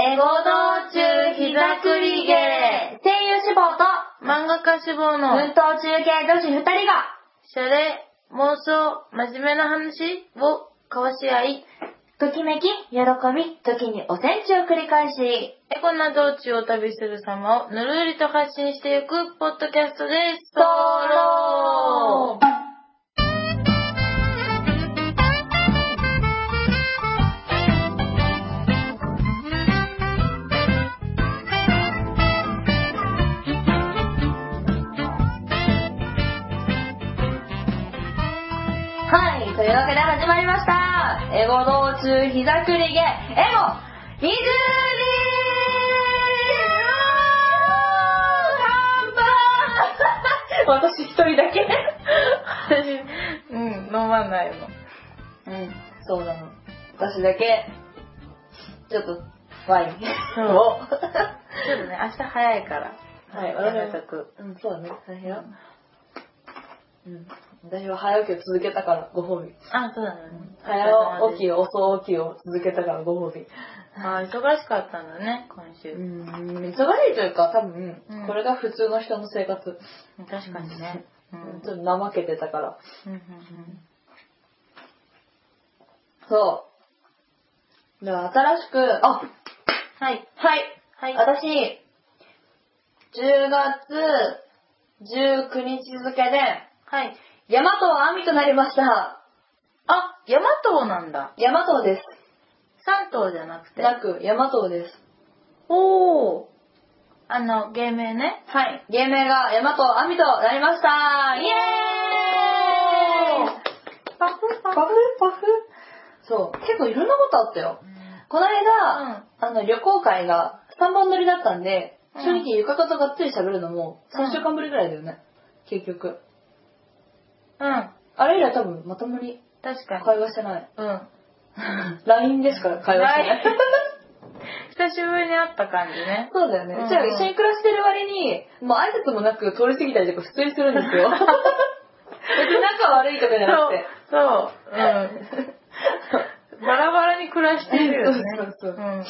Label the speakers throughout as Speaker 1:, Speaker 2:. Speaker 1: エゴ道中膝くり芸声優志望と
Speaker 2: 漫画家志望の
Speaker 1: 奮闘中継女子二人が
Speaker 2: シャレ、妄想、真面目な話を交わし合い、
Speaker 1: ときめき、喜び、時にお戦地を繰り返し
Speaker 2: エコな道中を旅する様をぬるりと発信していくポッドキャストです。
Speaker 1: ソロはい、というわけで始まりました。エゴ道中膝くりげ、エゴ二十人半分 私一人だけ。
Speaker 2: 私、うん、飲まないの。
Speaker 1: うん、そうなの。私だけ、ちょっと、ワイン
Speaker 2: うん
Speaker 1: を。
Speaker 2: ちょっとね、明日早いから。
Speaker 1: はい、
Speaker 2: やめ
Speaker 1: 私
Speaker 2: と
Speaker 1: は
Speaker 2: く。。
Speaker 1: うん、そうだね、大変よ。うん。私は早起きを続けたから、ご褒美。
Speaker 2: あ、そうだね。
Speaker 1: 早起きを、遅起きを続けたから、ご褒美。
Speaker 2: あ、忙しかったんだね、今週。
Speaker 1: うん、忙しいというか、多分、
Speaker 2: うん
Speaker 1: これが普通の人の生活。
Speaker 2: 確かにね。うん。うん
Speaker 1: ちょっと怠けてたから。
Speaker 2: うんうん
Speaker 1: そう。では、新しく、あ、
Speaker 2: はい。
Speaker 1: はい。
Speaker 2: はい。
Speaker 1: 私、10月19日付で、
Speaker 2: はい。
Speaker 1: ヤマトは網となりました。
Speaker 2: あ、ヤマトなんだ。
Speaker 1: ヤマトです。
Speaker 2: 三頭じゃなくて。
Speaker 1: なく、ヤマトです。
Speaker 2: おー。あの、芸名ね。
Speaker 1: はい。芸名がヤマト網となりました。イエーイ
Speaker 2: パフ
Speaker 1: パ
Speaker 2: パ
Speaker 1: フ
Speaker 2: フ。
Speaker 1: パフそう。結構いろんなことあったよ。この間、あの、旅行会が3本撮りだったんで、
Speaker 2: うん
Speaker 1: 正直床方とがっつり喋るのも
Speaker 2: うん
Speaker 1: 3週間ぶりぐらいだよね。結局。
Speaker 2: うん。
Speaker 1: あれ以来多分まともに
Speaker 2: 確かに。
Speaker 1: 会話してない。
Speaker 2: うん。
Speaker 1: LINE ですから会話してない。
Speaker 2: 久しぶりに会った感じね。
Speaker 1: そうだよね。
Speaker 2: うん
Speaker 1: うちら一緒に暮らしてる割に、もう挨拶もなく通り過ぎたりとか普通にするんですよ。別に仲悪いとかじゃなくて。
Speaker 2: そう。うん。バ ラバラに暮らしているよね。
Speaker 1: そうそうそ
Speaker 2: ん。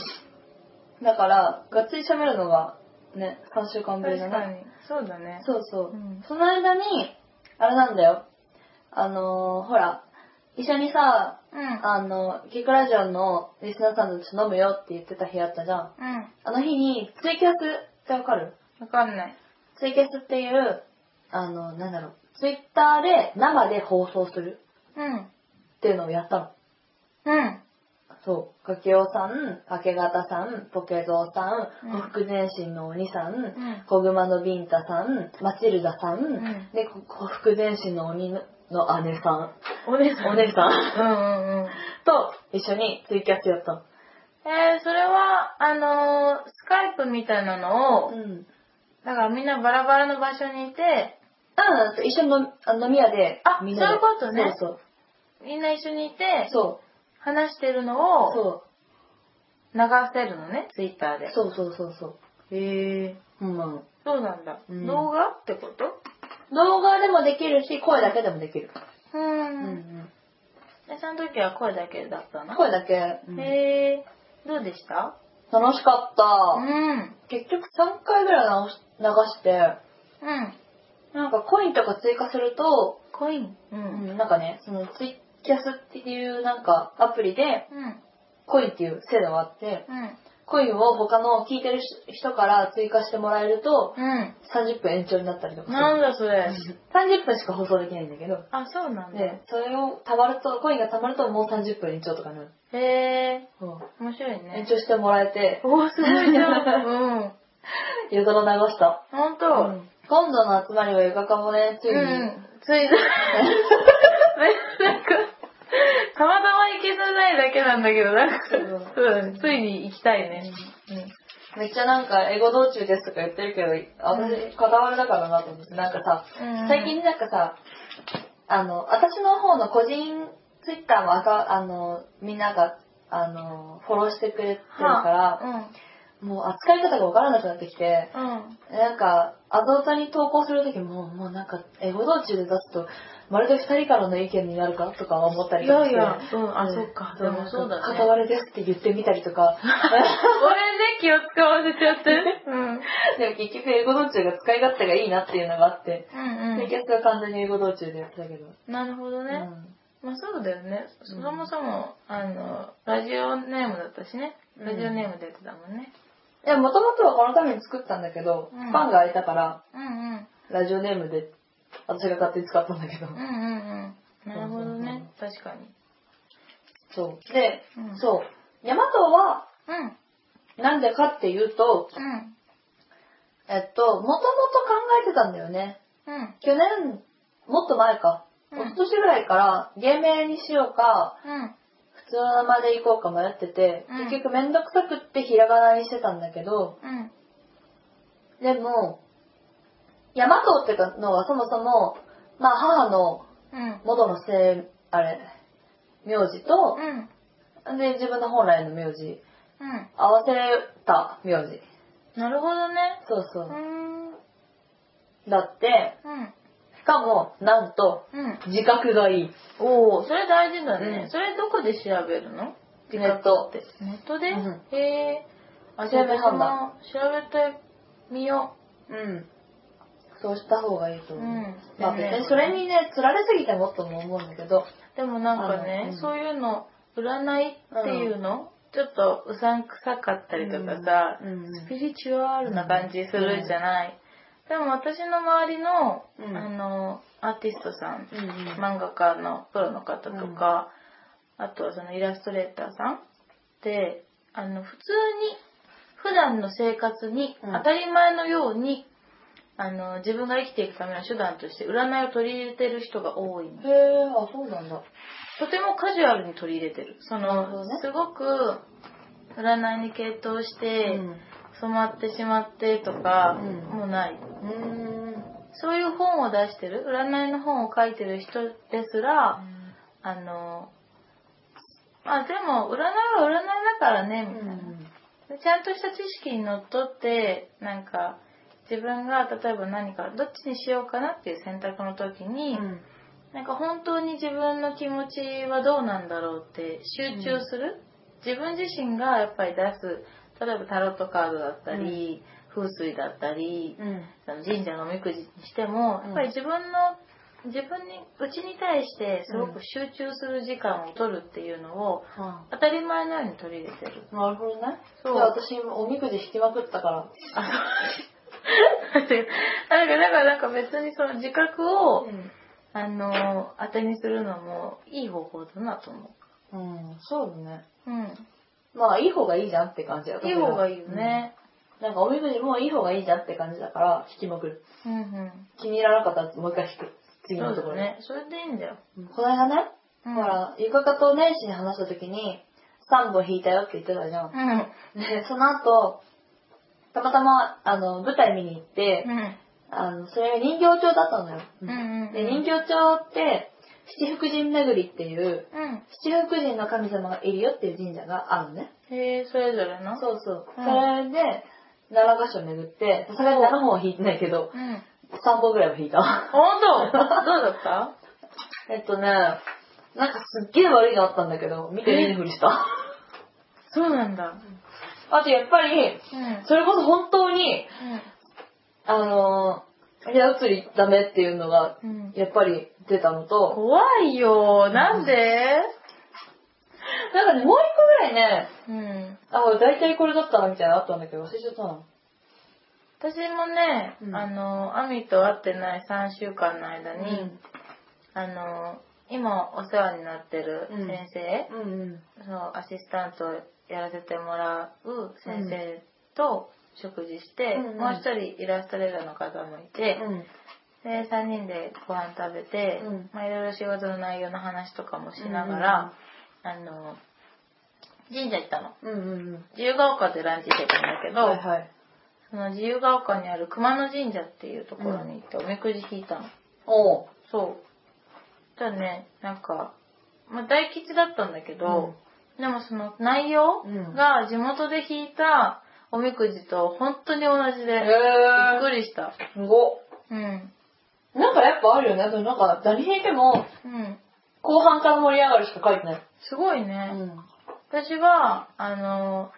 Speaker 1: だから、がっつり喋るのがね、3週間ぶりだ
Speaker 2: 確か
Speaker 1: な。
Speaker 2: に。そうだね。
Speaker 1: そうそう。
Speaker 2: うん
Speaker 1: その間に、あれなんだよ。あのー、ほら、一緒にさ、
Speaker 2: うん。うん。
Speaker 1: あの、キックラジオのリスナーさんたち飲むよって言ってた日あったじゃん。あの日に、ツイキャスってわかる
Speaker 2: わかんない。
Speaker 1: ツイキャスっていう、あの、なんだろう、ツイッターで生で放送する
Speaker 2: うん。
Speaker 1: っていうのをやったの。
Speaker 2: うん。
Speaker 1: そう。かけおさん、明け方さん、ポケゾウさん、
Speaker 2: うん
Speaker 1: ほふく前進の鬼さん、
Speaker 2: ん
Speaker 1: こぐまのビンタさん、マチルダさん、
Speaker 2: ん
Speaker 1: で、こほふく前進の鬼のの姉さん
Speaker 2: お姉さん。
Speaker 1: お姉さん
Speaker 2: うんうんうん。
Speaker 1: と一緒にツイキャスやったの。
Speaker 2: えー、それは、あのー、スカイプみたいなのを、
Speaker 1: うん。うん、
Speaker 2: だからみんなバラバラの場所にいて、
Speaker 1: 一緒に飲あ飲み屋で、
Speaker 2: あ
Speaker 1: みんなで。
Speaker 2: そういうことね
Speaker 1: そう
Speaker 2: みんな一緒にいて、
Speaker 1: そう。
Speaker 2: 話してるのを
Speaker 1: そ
Speaker 2: 流せるのね、ツイッター
Speaker 1: う。
Speaker 2: で。
Speaker 1: そう。そうそうそう
Speaker 2: へえ。
Speaker 1: そう。うん。
Speaker 2: そうなんだ。
Speaker 1: うん
Speaker 2: 動画ってこと
Speaker 1: 動画でもできるし、声だけでもできる。
Speaker 2: う。
Speaker 1: うんん
Speaker 2: え、その時は声だけだった
Speaker 1: うん。
Speaker 2: の
Speaker 1: 声だけ。うん
Speaker 2: へえ。どうでした
Speaker 1: 楽しかった。
Speaker 2: うん。結局。
Speaker 1: 3回ぐらい直し流して、
Speaker 2: うん。
Speaker 1: なんかコインとか追加すると、
Speaker 2: コイン。うん。
Speaker 1: う
Speaker 2: うん。
Speaker 1: んなんかね、そのツイキャスっていうなんかアプリで、
Speaker 2: うん。
Speaker 1: コインっていう制度があって、コインを他の聞いてる人から追加してもらえると、
Speaker 2: うん。
Speaker 1: 30分延長になったりとか
Speaker 2: なんだそれ。
Speaker 1: する。30分しか放送できないんだけど、
Speaker 2: あ、そうなんだ。
Speaker 1: で、それを溜まると、コインが溜まるともう30分延長とかになる。
Speaker 2: へえ。
Speaker 1: うん
Speaker 2: 面白い
Speaker 1: 延
Speaker 2: ね。
Speaker 1: 長してもらえて、
Speaker 2: おお、すごいじゃん。 うん。
Speaker 1: 夜空流した。
Speaker 2: ほんと。
Speaker 1: うん今度の集まりはゆかかもね、ついに、
Speaker 2: うん。ついに。なんか、 たまたま行けてないだけなんだけど、なんか、
Speaker 1: うん
Speaker 2: そうだね。ついに行きたいね。
Speaker 1: めっちゃなんか、エゴ道中ですとか言ってるけど、
Speaker 2: う
Speaker 1: 私、こだわりだからなと思って、なんかさ、
Speaker 2: うん
Speaker 1: 最近なんかさ、あの、私の方の個人ツイッターもアカあの、みんなが、あの、フォローしてくれてるから、
Speaker 2: はあ
Speaker 1: もう扱い方がわからなくなってきて、
Speaker 2: うん。うん。
Speaker 1: なんか、アドータに投稿するときも、もうなんか、英語道中で出すと、まるで二人からの意見になるかとかは思ったり
Speaker 2: い
Speaker 1: とかし
Speaker 2: や
Speaker 1: て。
Speaker 2: いや、うん、あ、
Speaker 1: ん
Speaker 2: そっか。
Speaker 1: ん片
Speaker 2: 俺ね
Speaker 1: 割れですって言ってみたりと か。
Speaker 2: 気を使わせちゃって。うん。
Speaker 1: でも結局英語道中が使い勝手がいいなっていうのがあって、
Speaker 2: うん
Speaker 1: で逆は完全に英語道中でやってたけど。
Speaker 2: うん。なるほど
Speaker 1: う
Speaker 2: ね。
Speaker 1: ん
Speaker 2: まあそうだよね。そもそも、あの、ラジオネームだったしね。ラジオネームでやってたもんね。
Speaker 1: いや、もともとはこのために作ったんだけど、
Speaker 2: うん
Speaker 1: パンが空いたから、
Speaker 2: うんうん。
Speaker 1: ラジオネームで、私が勝手に使ったんだけど
Speaker 2: うん。うんうん。なるほどね。確かに。
Speaker 1: そう。で、
Speaker 2: うん
Speaker 1: そう。ヤマトは、
Speaker 2: うん。
Speaker 1: なんでかっていうと、
Speaker 2: うん。
Speaker 1: えっと、もともと考えてたんだよね。
Speaker 2: うん。
Speaker 1: 去年、もっと前か。
Speaker 2: うん
Speaker 1: 一昨年ぐらいから、芸名にしようか、
Speaker 2: うん。
Speaker 1: 普通の名前で行こうか迷ってて、
Speaker 2: うん
Speaker 1: 結局めんどくさくってひらがなにしてたんだけど、
Speaker 2: うん。
Speaker 1: でも、ヤマトっていうのはそもそも、まあ母の
Speaker 2: うん。
Speaker 1: 元の姓、あれ、名字と、
Speaker 2: うん。
Speaker 1: で、自分の本来の名字、
Speaker 2: うん。
Speaker 1: 合わせた名字。
Speaker 2: なるほどね。
Speaker 1: そうそう
Speaker 2: ー
Speaker 1: う。
Speaker 2: ん。
Speaker 1: だって、
Speaker 2: うん。
Speaker 1: しかも、なんと、
Speaker 2: うん。
Speaker 1: 自覚がいい。
Speaker 2: おお、それ大事だね。
Speaker 1: うん
Speaker 2: それどこで調べるの
Speaker 1: ネット。
Speaker 2: ネットで、
Speaker 1: うん
Speaker 2: へえ。あ、
Speaker 1: 調べ判断
Speaker 2: 調べてみよ
Speaker 1: うん。そうした方がいいと
Speaker 2: う。う
Speaker 1: 思う。
Speaker 2: ん。
Speaker 1: まあ別
Speaker 2: でもね
Speaker 1: にそれにね、釣られすぎてもっとも思うんだけど、
Speaker 2: でもなんかね、
Speaker 1: あのうん
Speaker 2: そういうの、占いっていうの、ちょっとうさんくさかったりとかさ、
Speaker 1: うんうん
Speaker 2: スピリチュアルな感じするじゃない。でも私の周りの、
Speaker 1: うん
Speaker 2: あの、アーティストさん、
Speaker 1: うんうん
Speaker 2: 漫画家のプロの方とか、あとはそのイラストレーターさんって、あの、普通に、普段の生活に
Speaker 1: うん
Speaker 2: 当たり前のように、あの、自分が生きていくための手段として占いを取り入れてる人が多いの。
Speaker 1: へえ、あ、そうなんだ。
Speaker 2: とてもカジュアルに取り入れてるそ
Speaker 1: なるほど
Speaker 2: の
Speaker 1: ね
Speaker 2: すごく占いに傾倒して、
Speaker 1: うん
Speaker 2: 染まってしまってとか、
Speaker 1: うん
Speaker 2: もうない
Speaker 1: うん。
Speaker 2: そういう本を出してる占いの本を書いてる人ですら、あのまあでも占いは占いだからねみたいな、でちゃんとした知識にのっとってなんか自分が例えば何かどっちにしようかなっていう選択の時に、なんか本当に自分の気持ちはどうなんだろうって集中する、自分自身がやっぱり出す例えばタロットカードだったり、風水だったり、
Speaker 1: うん。
Speaker 2: あの神社のおみくじにしても、
Speaker 1: うん
Speaker 2: やっぱり自分の自分にうちに対してすごく集中する時間を取るっていうのを
Speaker 1: は
Speaker 2: 当たり前のように取り入れてる。
Speaker 1: あなるほどね。
Speaker 2: そう
Speaker 1: じゃあ私、おみくじ引きまくったから。
Speaker 2: あのだからだからなんか別にその自覚を、
Speaker 1: ん。
Speaker 2: あの当てにするのもいい方法だなと思
Speaker 1: うん、そうだね。
Speaker 2: う。うん。
Speaker 1: まあ、いい方がいいじゃんって感じだ
Speaker 2: いい方がいいよ。ね。
Speaker 1: うんなんか、おみくじもいい方がいいじゃんって感じだから、引きまくる。
Speaker 2: うんうん。
Speaker 1: 気に入らなかったらもう一回引く。次
Speaker 2: そ
Speaker 1: の
Speaker 2: う
Speaker 1: ところ
Speaker 2: だ
Speaker 1: で
Speaker 2: ね。それでいいんだよ。
Speaker 1: この間ね、
Speaker 2: うん
Speaker 1: ほら、ゆかかと年始に話した時に、3本引いたよって言ってたじゃん。
Speaker 2: うん。うん。
Speaker 1: で、その後、たまたま、あの、舞台見に行って、あの、それが人形町だったのよ。
Speaker 2: うんうんうん
Speaker 1: で、人形町って、七福神巡りっていう、
Speaker 2: うん。
Speaker 1: 七福神の神様がいるよっていう神社があるのね。
Speaker 2: へえ、それぞれの
Speaker 1: そうそう。
Speaker 2: うん
Speaker 1: それで、7箇所巡って、さすがに7本は引いてないけど、
Speaker 2: うん。
Speaker 1: 3本ぐらいは引いたわ。
Speaker 2: 本当どうだった
Speaker 1: えっとね、なんかすっげえ悪いのあったんだけど、見て見ぬふりした。
Speaker 2: そうなんだ。
Speaker 1: あとやっぱり、
Speaker 2: うん。うん。
Speaker 1: それこそ本当に、あのー、部屋移りダメっていうのが、
Speaker 2: うん
Speaker 1: やっぱり出たのと、
Speaker 2: 怖いよ。なんで
Speaker 1: なんかね、もう一個ぐらいね、
Speaker 2: うん。
Speaker 1: あ、大体これだったなみたいなのあったんだけど、忘れちゃったな。
Speaker 2: 私もね、
Speaker 1: うん
Speaker 2: あの、アミと会ってない3週間の間
Speaker 1: う
Speaker 2: に、あの、今お世話になってる先生、
Speaker 1: うんうん。
Speaker 2: そうアシスタントをやらせてもらう先生と食事して、
Speaker 1: うんうん
Speaker 2: もう一人イラストレーターの方もいて、で3人でご飯食べて、
Speaker 1: うん
Speaker 2: まあ、いろいろ仕事の内容の話とかもしながら、あの神社行ったの
Speaker 1: うんうんうん。
Speaker 2: 自由が丘でランチしてたんだけど、
Speaker 1: はいはい。
Speaker 2: その自由が丘にある熊野神社っていうところに行っておみくじ引いたの、
Speaker 1: おう。
Speaker 2: そうだねなんか、まあ、大吉だったんだけど、でもその内容
Speaker 1: うん
Speaker 2: が地元で弾いたおみくじと本当に同じで、
Speaker 1: へ
Speaker 2: びっ
Speaker 1: ー
Speaker 2: くりした。
Speaker 1: すご
Speaker 2: うん。
Speaker 1: っなんかやっぱあるよね。あとなんか、何平でも、
Speaker 2: うん。
Speaker 1: 後半から盛り上がるしか書いてない。
Speaker 2: すごいうね。
Speaker 1: ん。
Speaker 2: 私は、あの、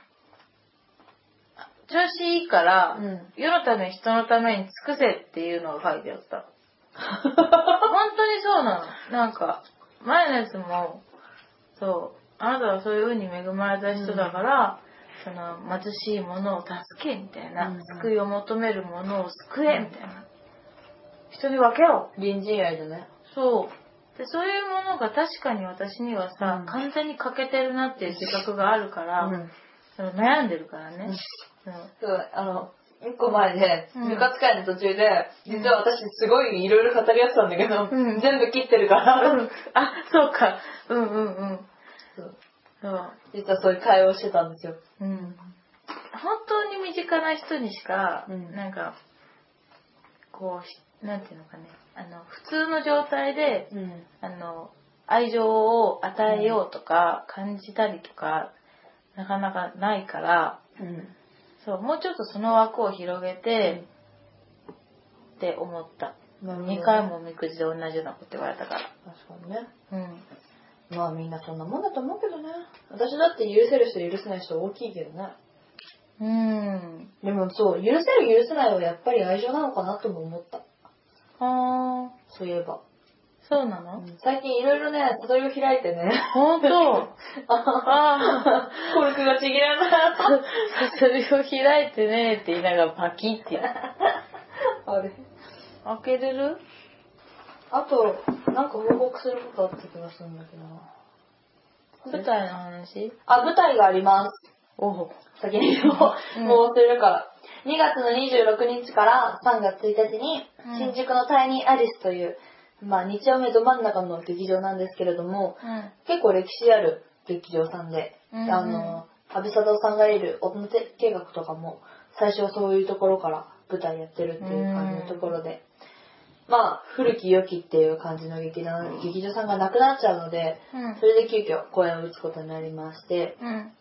Speaker 2: 調子いいから、
Speaker 1: うん
Speaker 2: 世のため人のために尽くせっていうのが書いてあ った。本当にそうなの。なんか、前のやつも、そう、あなたはそういう風に恵まれた人だから、その、貧しい者を助け、みたいな、
Speaker 1: うん
Speaker 2: 救いを求める者を救え、みたいな。人に分けろ。
Speaker 1: 隣人愛だね。
Speaker 2: そう。で、そういうものが確かに私にはさ、
Speaker 1: うん
Speaker 2: 完全に欠けてるなっていう自覚があるから、
Speaker 1: うん。
Speaker 2: その悩んでるからね。そう
Speaker 1: そう、あの、一個前で、
Speaker 2: うん
Speaker 1: 部活会の途中で、
Speaker 2: うん
Speaker 1: 実は私すごいいろいろ語り合ってたんだけど、
Speaker 2: うん
Speaker 1: 全部切ってるから、
Speaker 2: うんあ、そうか。うんうんうん。
Speaker 1: そう
Speaker 2: そう。
Speaker 1: 実はそういう会話をしてたんですよ。
Speaker 2: うん本当に身近な人にしか、
Speaker 1: うん
Speaker 2: なんかこうひなんていうのかねあの普通の状態で
Speaker 1: うん。
Speaker 2: あの愛情を与えようとか、感じたりとかなかなかないから
Speaker 1: うん。
Speaker 2: そうもうちょっとその枠を広げて、って思った
Speaker 1: なるほど
Speaker 2: 2回。もおみくじで同じようなこと言われたか
Speaker 1: 確かにね。
Speaker 2: らうん
Speaker 1: まあみんなそんなもんだと思うけどね。私だって許せる人許せない人大きいけどね。
Speaker 2: うん
Speaker 1: でもそう、許せる許せないはやっぱり愛情なのかなとも思った。
Speaker 2: あー
Speaker 1: そういえば。
Speaker 2: そうなの、
Speaker 1: 最近いろいろね、悟りを開いてね。
Speaker 2: 本 当あー
Speaker 1: コルクがちぎらない。
Speaker 2: それを 開いてねって言いながらパキっ て
Speaker 1: あれ
Speaker 2: 開けれる
Speaker 1: あと、なんか報告することあった気がするんだけどな。
Speaker 2: 舞台の話
Speaker 1: あ、舞台があります。
Speaker 2: おお
Speaker 1: 先にもう、
Speaker 2: うん
Speaker 1: もう忘れるから。2月の26日から3月1日に
Speaker 2: うん、
Speaker 1: 新宿のタイニーアリスという、まあ、日曜目ど真ん中の劇場なんですけれども、
Speaker 2: うん
Speaker 1: 結構歴史ある劇場さんで、
Speaker 2: うんうん
Speaker 1: あの、安倍貞夫さんがいる大人計画とかも、最初はそういうところから舞台やってるっていう感じのところで、まあ、古き良きっていう感じの劇団、劇場さんがなくなっちゃうので、
Speaker 2: うん
Speaker 1: それで急遽公演を打つことになりまして、
Speaker 2: うん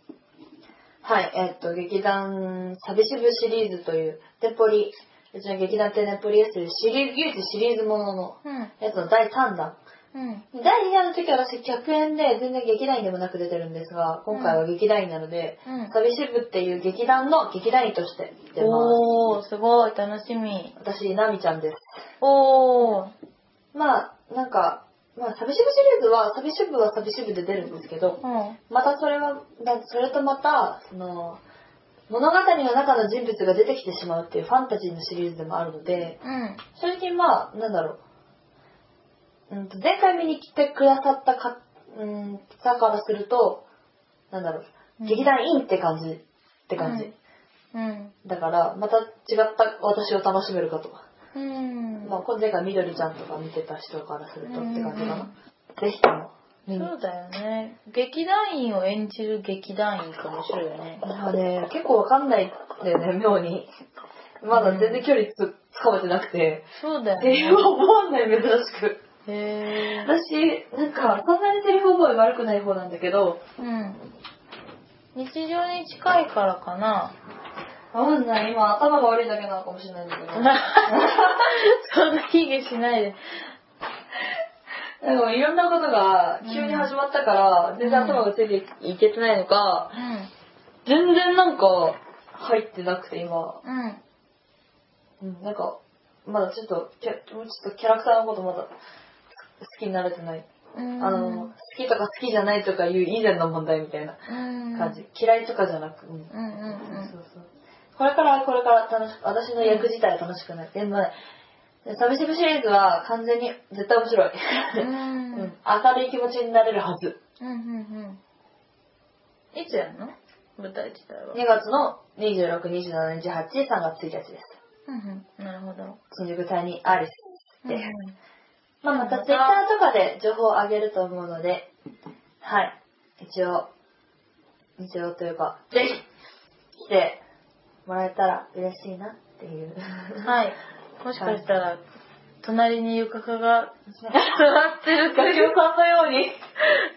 Speaker 1: はい、えっと、劇団、寂しぶシリーズという、テポリ、うちの劇団ってネポリエスというシリーズ、唯一シリーズものの、
Speaker 2: うん
Speaker 1: やつの第3弾
Speaker 2: うん
Speaker 1: 第2弾の時は私100円で全然劇団員でもなく出てるんですが、今回は劇団員なので、
Speaker 2: うん
Speaker 1: 旅しぶっていう劇団の劇団員として出ます。
Speaker 2: おおすごい楽しみ
Speaker 1: 私、ナミちゃんです。
Speaker 2: おお
Speaker 1: まあ、なんか、まあ、旅しぶシリーズは、旅しぶは旅しぶで出るんですけど、
Speaker 2: うん
Speaker 1: またそれは、だそれとまた、その、物語の中の人物が出てきてしまうっていうファンタジーのシリーズでもあるので、
Speaker 2: うん
Speaker 1: 最近まあ、なんだろう。うんと、前回見に来てくださったか、うん、方からすると、なんだろ
Speaker 2: う
Speaker 1: う、
Speaker 2: ん
Speaker 1: 劇団員って感じ、って感じ。
Speaker 2: うん
Speaker 1: だから、また違った私を楽しめるかと。
Speaker 2: うん
Speaker 1: まあ、今前回みどりちゃんとか見てた人からするとって感じか
Speaker 2: う。
Speaker 1: なんぜひとも、見に。
Speaker 2: そうだよね劇団員を演じる劇団員って面白いよね
Speaker 1: なんかね、結構わかんないんだよね、妙に。まだ全然距離つ、つかめてなくて。
Speaker 2: そうだよ
Speaker 1: セリ
Speaker 2: ね
Speaker 1: フ覚わんない、珍しく。
Speaker 2: へえ
Speaker 1: 私、なんか、そんなにセリフ覚え悪くない方なんだけど、
Speaker 2: うん日常に近いからかな
Speaker 1: わかんない、今頭が悪いだけなのかもしれないんだけど。
Speaker 2: そんな卑下しないで。
Speaker 1: でもいろんなことが急に始まったから、全然頭がついていけてないのか、全然なんか入ってなくて今、
Speaker 2: うん。うん。
Speaker 1: うん、なんか、まだちょっと、キャもうちょっとキャラクターのことまだ好きになれてない。
Speaker 2: うん
Speaker 1: あの、好きとか好きじゃないとかいう以前の問題みたいな
Speaker 2: うん
Speaker 1: 感じ。。嫌いとかじゃなく、うん
Speaker 2: うんうん
Speaker 1: そうそうそうこれからこれから楽しく私の役自体は楽しくない、でもね寂しぶシリーズは完全に絶対面白い、
Speaker 2: うん。う
Speaker 1: うん
Speaker 2: んうん
Speaker 1: 明るい気持ちになれるはず
Speaker 2: うんうん。いつやんの舞台自体は。
Speaker 1: 2月の2627日8 3月1日です
Speaker 2: うんうん。なるほど。
Speaker 1: 新宿隊にアリスで、
Speaker 2: う
Speaker 1: まあ、またツイッターとかで情報を上げると思うのではい一応一応というかぜひ来てもらえたら嬉しいなっていう
Speaker 2: んはい。もしかしたら、隣に床かが座ってる
Speaker 1: ガ
Speaker 2: か
Speaker 1: キオさんのように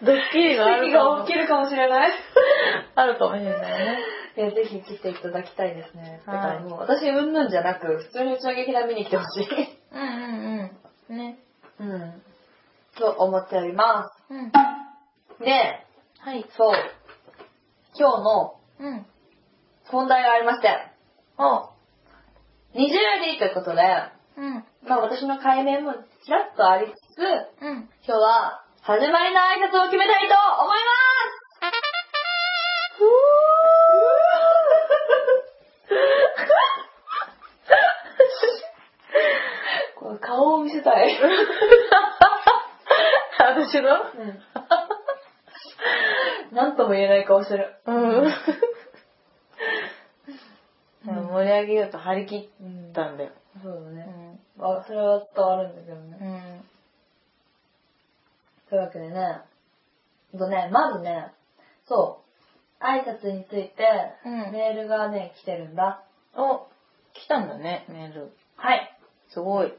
Speaker 2: ドッキリがある
Speaker 1: 席
Speaker 2: か
Speaker 1: が
Speaker 2: も
Speaker 1: 起きるかもしれない
Speaker 2: あるかもしれないね。
Speaker 1: いや、ぜひ来ていただきたいですね。だ
Speaker 2: はい
Speaker 1: からもう、私、うんぬんじゃなく、普通にうちの劇団見に来てほしい。
Speaker 2: うんうんうん。ね。
Speaker 1: うん。と思っておりま
Speaker 2: うん。
Speaker 1: す。で、
Speaker 2: はい。
Speaker 1: そう。今日の
Speaker 2: うん。
Speaker 1: 本題がありまして、
Speaker 2: お
Speaker 1: 二重りということで、
Speaker 2: うん。
Speaker 1: まあ私の解明もちらっとありつつ、
Speaker 2: うん。
Speaker 1: 今日は、始まりの挨拶を決めたいと思います この顔を見せたい。
Speaker 2: 私の
Speaker 1: なんとも言えない顔してる。
Speaker 2: うん。盛り上げようと張り切ったんだよ。
Speaker 1: そうだ
Speaker 2: う
Speaker 1: ね。
Speaker 2: ん。
Speaker 1: あ、それは伝わるんだけどね。
Speaker 2: うん。
Speaker 1: というわけでね、ほんとね、まずね、そう、挨拶について、
Speaker 2: うん
Speaker 1: メールがね、来てるんだ。
Speaker 2: お来たんだね、メール。
Speaker 1: はい、
Speaker 2: すごい。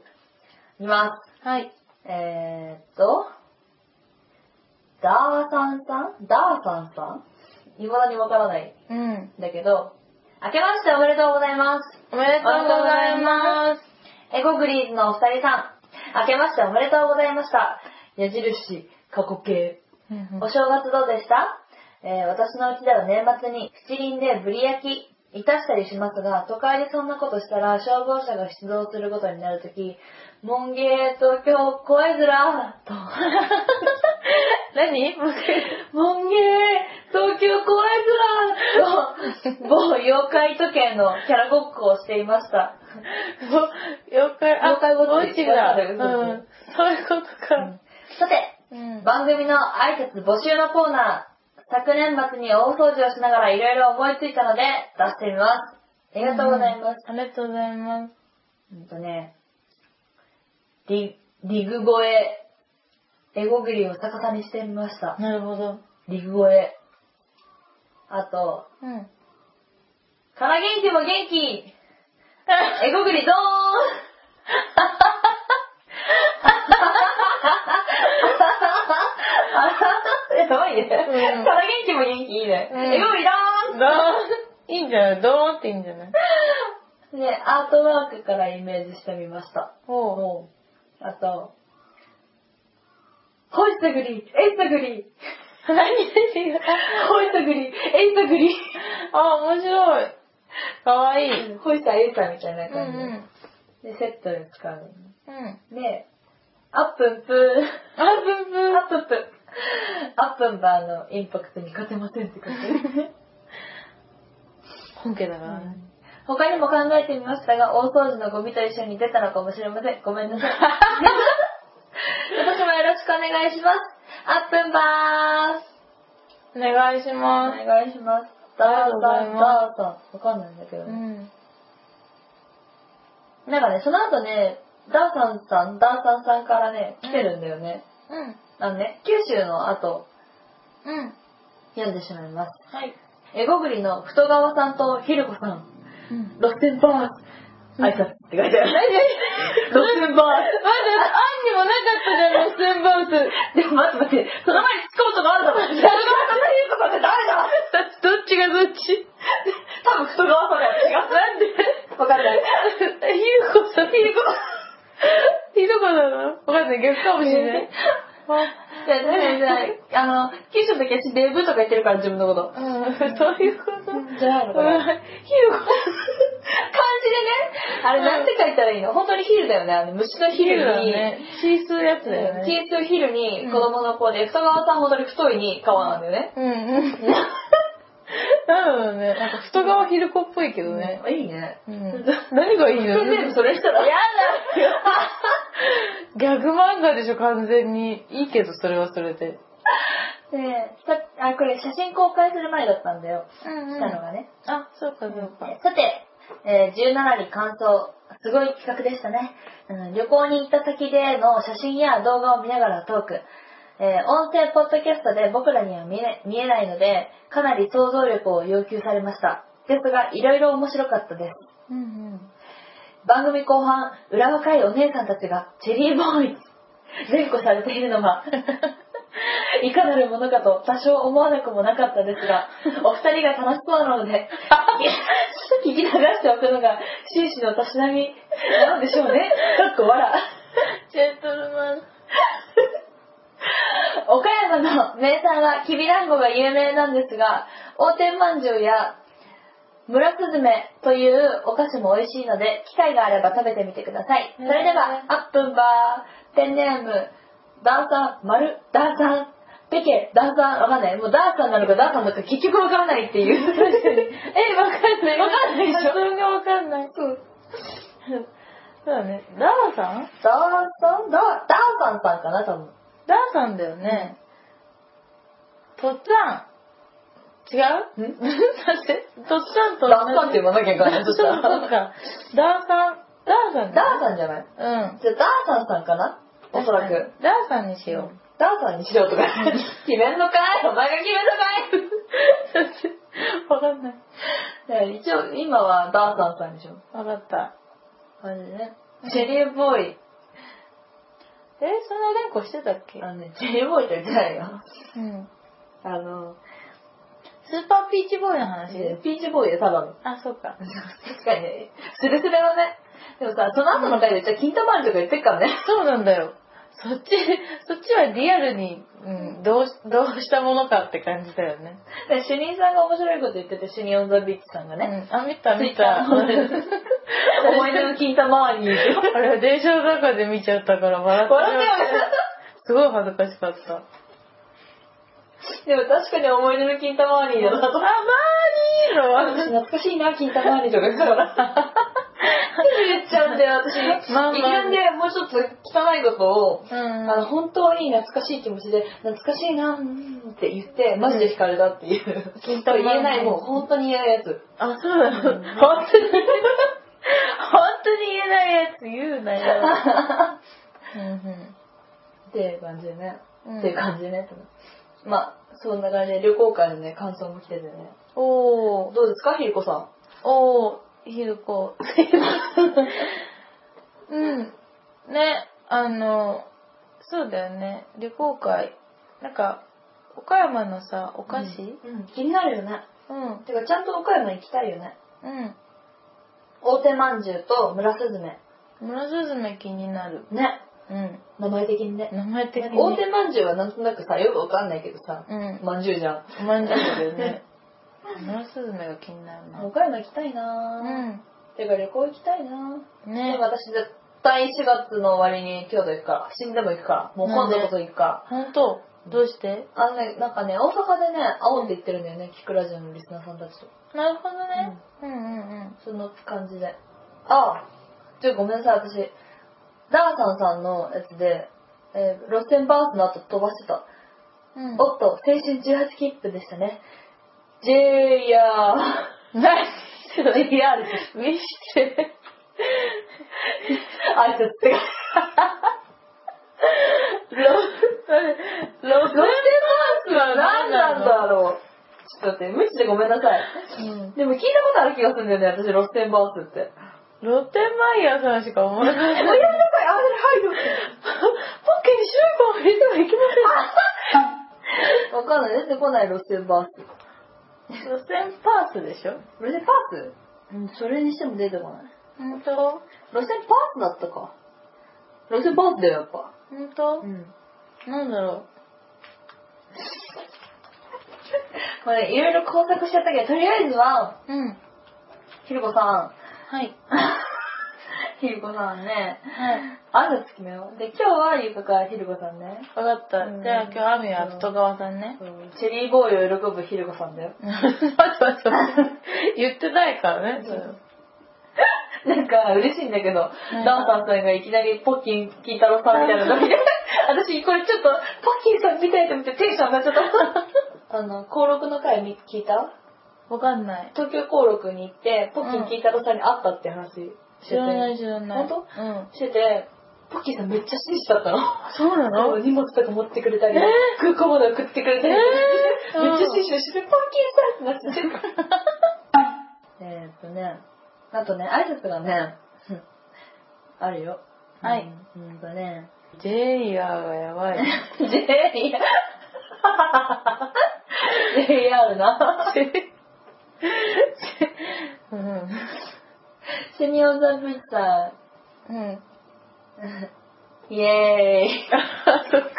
Speaker 1: 見ま
Speaker 2: はい。
Speaker 1: す。えー、っと、ダーさんさんダーさんさんいまだにわからない
Speaker 2: うん。
Speaker 1: んだけど、明けましておめでとうございます。
Speaker 2: おめでとうございます。
Speaker 1: エゴグリーズのお二人さん、明けましておめでとうございました。矢印、過去形。
Speaker 2: うん
Speaker 1: お正月どうでした、えー私のうちでは年末に七輪でぶり焼き、いたしたりしますが、都会でそんなことしたら消防車が出動することになるとき、門芸東京怖いずらと。
Speaker 2: 何
Speaker 1: 門芸東京怖いずらと、某妖怪都県のキャラごっこをしていました。
Speaker 2: 妖怪、あ、
Speaker 1: 妖怪ウォッチ
Speaker 2: ウォッチだ。
Speaker 1: わか
Speaker 2: う
Speaker 1: る
Speaker 2: ん。そういうことか。
Speaker 1: さて、
Speaker 2: うん
Speaker 1: 番組の挨拶募集のコーナー、昨年末に大掃除をしながらいろいろ思いついたので出してみます。ありがとうございます。
Speaker 2: うんありがとうございます。
Speaker 1: うんとね、リリグ声、エゴグリを逆さにしてみました。
Speaker 2: なるほど。
Speaker 1: リグ声。あと、
Speaker 2: うん。
Speaker 1: から元気も元気エゴグリドーンやばいね。
Speaker 2: うん
Speaker 1: から元気も元気いいね。
Speaker 2: うん
Speaker 1: エゴグリドーン
Speaker 2: どういいんじゃないどうっていいんじゃない
Speaker 1: ね、アートワークからイメージしてみました。
Speaker 2: おう。
Speaker 1: もう、あと、ホイスタグリ、エイスタグリ、
Speaker 2: 何です
Speaker 1: ホイスタグリ、エイスタグリ、
Speaker 2: あ、面白い。かわいい。うん
Speaker 1: ホイスタエイスタみたいな
Speaker 2: う
Speaker 1: 感じ、
Speaker 2: ん。
Speaker 1: で、セットで使う
Speaker 2: うん。
Speaker 1: の。で、アップンプー、
Speaker 2: あ、ブンブン。
Speaker 1: アップンプー、アップンバーのインパクトに勝てませんって感じ。
Speaker 2: 本家だからね。
Speaker 1: 他にも考えてみましたが、大掃除のゴミと一緒に出たのかもしれません。ごめん なさい。今年もよろしくお願いします。アップンバー
Speaker 2: お願いし
Speaker 1: お
Speaker 2: ます。
Speaker 1: 願いします。ダーサー、ダーサー。わかんないんだけど。
Speaker 2: うん。
Speaker 1: なんかね、その後ね、ダーサンさん、ダーサンさんからね、来てるんだよね。
Speaker 2: うん。
Speaker 1: あのね、九州の後、
Speaker 2: うん。
Speaker 1: 読んでしまいます。
Speaker 2: はい。
Speaker 1: エゴグリの太川さんとひるこさん、
Speaker 2: うん。
Speaker 1: ロッテンバー挨拶って書いてある。ロッテンバ
Speaker 2: まだ、あんにもなかったじゃん、ロッセンバース。
Speaker 1: ーでも待って待って、その前に突っ込むとこあるだろ。太川さんとひるこさんって誰だ
Speaker 2: だってどっちがどっち
Speaker 1: 多分太川さんだよ。違う。
Speaker 2: なんで
Speaker 1: わかんない。
Speaker 2: ひるこさん。ひるこひるこなのわかんない、逆かもしれない。
Speaker 1: じゃあ、じゃあ、じゃあ、あの、九州の時は私デブとか言ってるから自分のこと。
Speaker 2: うん、そういうこと。
Speaker 1: じゃないのか
Speaker 2: うん
Speaker 1: な
Speaker 2: ひるこ
Speaker 1: 漢字でね、あれなんて書いたらいいの本当にヒルだよね、あの虫のヒ
Speaker 2: ひる
Speaker 1: ル
Speaker 2: だ
Speaker 1: に。
Speaker 2: ね。シースーやつだよね。
Speaker 1: 小さいヒルに子供の子で、太川さん本当に太いに川なんだよね。
Speaker 2: うんうん。なんだろうね。なんか太川ひるこっぽいけどね。
Speaker 1: いいね。
Speaker 2: うん。何がいいの
Speaker 1: 全部それしたら嫌だ
Speaker 2: ギャグ漫画でしょ、完全に。いいけど、それはそれで。
Speaker 1: ねえ、さあ、これ写真公開する前だったんだよ。
Speaker 2: うん
Speaker 1: 来たのがね。
Speaker 2: あ、そうか、そうか。
Speaker 1: さて、えー17に感想。すごい企画でしたね、うん旅行に行った先での写真や動画を見ながらトーク。えー音声ポッドキャストで僕らには見え見えないので、かなり想像力を要求されました。ですが、いろいろ面白かったです。
Speaker 2: うんうん。
Speaker 1: 番組後半、裏若いお姉さんたちがチェリーボーイズ連呼されているのが、 いかなるものかと多少思わなくもなかったですが、お二人が楽しそうなので、聞き流しておくのが終始のたしなみなのでしょうね。かっこ笑。
Speaker 2: ジェントルマン。
Speaker 1: 岡山の名産はきびだんごが有名なんですが、大天まんじゅうや村すずめというお菓子も美味しいので、機会があれば食べてみてください。それでは、アップンバー、ペンネーム、ダーサン、丸、ダーサン、ペケ、ダーサン、わかんない。もうダーサンなのかダーサンなのか結局わかんないっていう。 え、わかんない。わかんないでし
Speaker 2: 発
Speaker 1: ょ。
Speaker 2: 音がわかん ない。
Speaker 1: うん
Speaker 2: そうだね。ダーさん
Speaker 1: ダーサン、ダー、ダーサンさんかな、多分。
Speaker 2: ダーさんだよね。とっつぁん。違う
Speaker 1: ん
Speaker 2: だって、とっつぁんと
Speaker 1: ダーサンって言わなきゃいけない。
Speaker 2: そうそうか。ダーさん。ダーさん
Speaker 1: ダ
Speaker 2: だ
Speaker 1: ーサンじゃない
Speaker 2: うん。
Speaker 1: じゃあダーサンさんかなおそらく。。
Speaker 2: ダーさんにしよう。
Speaker 1: ダーサンにしようとか。決めんのかいお前が決めんのかい
Speaker 2: わかんない。
Speaker 1: ね一応今はダーサンさんでしょ
Speaker 2: わかった。
Speaker 1: あれねジェリーボーイ
Speaker 2: え、そんなおでんこしてたっけ
Speaker 1: あのねジェリーボーイと言ってないよ
Speaker 2: うん。
Speaker 1: あの
Speaker 2: スーパーピーチボーイの話で。
Speaker 1: ピーチボーイでただの
Speaker 2: あ、そうか。
Speaker 1: 確かにねスレスレだねでもさその後の回でじゃあ金玉あるとか言ってっからね
Speaker 2: そうなんだよ。そっち、 そっちはリアルに、うん、どうし、どうしたものかって感じだよね。
Speaker 1: で主任さんが面白いこと言ってて主任オンザビーチさんが ね、
Speaker 2: うん。あ、見た見 た。
Speaker 1: 思い出の金玉に笑
Speaker 2: あれ、電車の中で見ちゃったから笑っ
Speaker 1: ってた
Speaker 2: しま
Speaker 1: よ
Speaker 2: ったすごい恥ずかしかった。
Speaker 1: ねでも確かに思い出の金玉にだなと
Speaker 2: あ、マーニー
Speaker 1: 私
Speaker 2: の
Speaker 1: 懐かしいな、金玉兄とか言ったから。言っちゃうんだよ、私。
Speaker 2: まあまあ
Speaker 1: 劇団でもうちょっと汚いことを、あ
Speaker 2: うん。
Speaker 1: の、本当に懐かしい気持ちで、懐かしいな、うんって言って、マジで惹かれたっていう。
Speaker 2: 金
Speaker 1: と
Speaker 2: 玉
Speaker 1: 言えない、もう本当に嫌なやつ。
Speaker 2: あ、そうなの。本当に、本当に言えないやつ言うなよ。うんうん。
Speaker 1: っていう感じでね。
Speaker 2: うん
Speaker 1: っていう感じでね。まあ、そんな感じで旅行会のね、感想も来ててね。
Speaker 2: おー、
Speaker 1: どうですか、ひりこさ
Speaker 2: おー、ひるこ。うん。ね、あの、そうだよね。旅行会。なんか、岡山のさ、お
Speaker 1: ん。
Speaker 2: 菓子
Speaker 1: うん、気になるよね。
Speaker 2: うん。
Speaker 1: てか、ちゃんと岡山行きたいよね。
Speaker 2: うん。
Speaker 1: 大手まんじゅうと村すずめ。
Speaker 2: 村雀気になる。
Speaker 1: ね。
Speaker 2: うん。
Speaker 1: 名前的にね。
Speaker 2: 名前的に。
Speaker 1: 大手まんじゅうはなんとなくさよくわかんないけどさ、
Speaker 2: うん。
Speaker 1: まんじゅうじゃん
Speaker 2: まんじゅうだよ ね。村雀が気になるな。
Speaker 1: 岡山行きたいなぁ、
Speaker 2: う
Speaker 1: てか旅行行きたいなぁ、
Speaker 2: ん。
Speaker 1: で
Speaker 2: ね
Speaker 1: も。私絶対4月の終わりに京都行くから死んでも行くからもう今度こそ行くから、
Speaker 2: 本当どうして
Speaker 1: あのね、なんかね、大阪でね、会おうって言ってるんだよね、キクラジオのリスナーさんたちと。
Speaker 2: なるほどね。うんうんうん。
Speaker 1: その感じで。ああ、ちょ、ごめんなさい、私、ダーサンさんのやつで、えー、路線バースの後飛ばしてた。
Speaker 2: うん、
Speaker 1: おっと、青春18切符でしたね。J やー。
Speaker 2: ナイ
Speaker 1: JR って
Speaker 2: ス 見して。
Speaker 1: 挨拶ってか。ロッテバー
Speaker 2: ロ
Speaker 1: スは何なんだろう。ちょっと待って、無視でごめんなさい。
Speaker 2: うん。
Speaker 1: でも聞いたことある気がするんだよね、私、ロッテンバースって。
Speaker 2: ロッテンマイヤーさんしか思えない。
Speaker 1: ごめんなさい、あ、はい、
Speaker 2: ポッケにシューポン入れてはいけ
Speaker 1: どうわかんない、出てこない、ロッテンバース。
Speaker 2: ません。ロッテンパースでしょ
Speaker 1: ロッテンバースうん、それにしても出てこない。
Speaker 2: 本当
Speaker 1: ロッテンバースだったか。ロッテンバースだよ、やっぱ。
Speaker 2: 本当
Speaker 1: ん。
Speaker 2: なんだろ
Speaker 1: これ、いろいろ工作しちゃったけど、とりあえずは、
Speaker 2: う。うん。
Speaker 1: ひるこさん。
Speaker 2: はい。
Speaker 1: ひるこさんね。
Speaker 2: はい。
Speaker 1: 挨拶決めよう。で、今日はゆうかかひるこさんね。
Speaker 2: わかった。
Speaker 1: うん
Speaker 2: じゃあ今日アミは外川さんね。
Speaker 1: チェリーボーイを喜ぶひるこさんだよ。
Speaker 2: 待って待って待って。言ってないからね。そ
Speaker 1: な
Speaker 2: れ
Speaker 1: んか嬉しいんだけど、
Speaker 2: うん
Speaker 1: ダンサンさんがいきなりポッキン金太郎さんみたいなのに、 私これちょっとポッキンさんみたいと思 ってテンション上がっちゃった。あの、高録の回み聞いた
Speaker 2: わかんない。
Speaker 1: 東京高録に行って、ポッキン金太郎さんに会ったって話して
Speaker 2: 知
Speaker 1: て、
Speaker 2: らない知らない。
Speaker 1: 本
Speaker 2: 当うん。
Speaker 1: してて、ポッキンさんめっちゃ紳士だったの。
Speaker 2: そうな
Speaker 1: あの
Speaker 2: の
Speaker 1: 荷物とか持ってくれたり、
Speaker 2: えー
Speaker 1: 空港まで送ってくれたり、
Speaker 2: えー
Speaker 1: めっちゃ紳士して、ポッキンさんってなっちゃって。えーっとね、あとね、挨拶がね、あるよ。
Speaker 2: はい
Speaker 1: うん。うんとね、
Speaker 2: ジェイヤーがやばい。
Speaker 1: JR な。
Speaker 2: うん。
Speaker 1: シニオザブッチさ
Speaker 2: うん。
Speaker 1: ん。イエーイ。
Speaker 2: あ、そっか。
Speaker 1: こ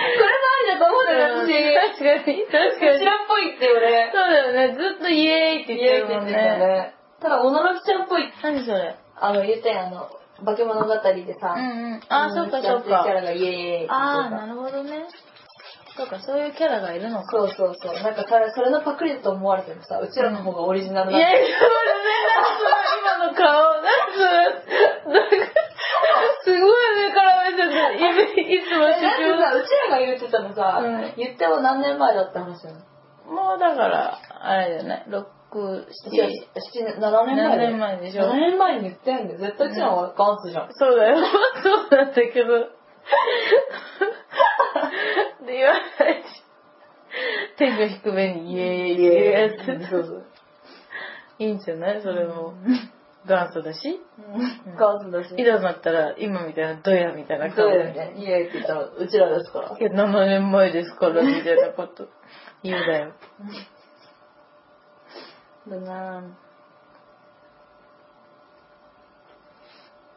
Speaker 1: れなんだと思
Speaker 2: うん確かに、確かに。
Speaker 1: っぽいって俺
Speaker 2: そう。だよね。ずっとイエーイって言ってるもんね。
Speaker 1: イエーイって言ってたねただ、おのろきちゃんっぽい。
Speaker 2: 何それ。
Speaker 1: あの、言ったやん、あの、化け物語でさ、
Speaker 2: うんうん。あ、そっか
Speaker 1: 女の
Speaker 2: そっ
Speaker 1: 人やってるキャ
Speaker 2: か。
Speaker 1: ラがイエーイって言ってた
Speaker 2: ああ、なるほどね。そうか、そういうキャラがいるのか。
Speaker 1: そうそうそう。なんかそれ、それのパクリだと思われてもさ、うちらの方がオリジナル
Speaker 2: い
Speaker 1: だ、
Speaker 2: や、それね、何それ、今の顔、何それ。なんか、すごい上から目線で、いいつも
Speaker 1: だって
Speaker 2: 主張
Speaker 1: さ、うちらが言ってたのさ、
Speaker 2: うん
Speaker 1: 言っても何年前だった話なの
Speaker 2: もうだから、あれだよね、6、
Speaker 1: いや、
Speaker 2: 7、
Speaker 1: 7年前だよ。
Speaker 2: 7年前でしょ
Speaker 1: 7年前に言ってんだよ。絶対うちらは元祖じゃん。
Speaker 2: そうだよ、そうなんだけど。で、言わないし。天が低めに、イエーイ、イエーイって。
Speaker 1: そうそう。
Speaker 2: いいんじゃないそれも。元祖だし。
Speaker 1: 元祖だし。
Speaker 2: いざなったら、今みたいな、ドヤみたいな顔
Speaker 1: そう
Speaker 2: で。
Speaker 1: だよね。イエーイって言ったら、うちらですから。
Speaker 2: いや、7年前です から、みたいなこと言うだよ。
Speaker 1: だなぁ。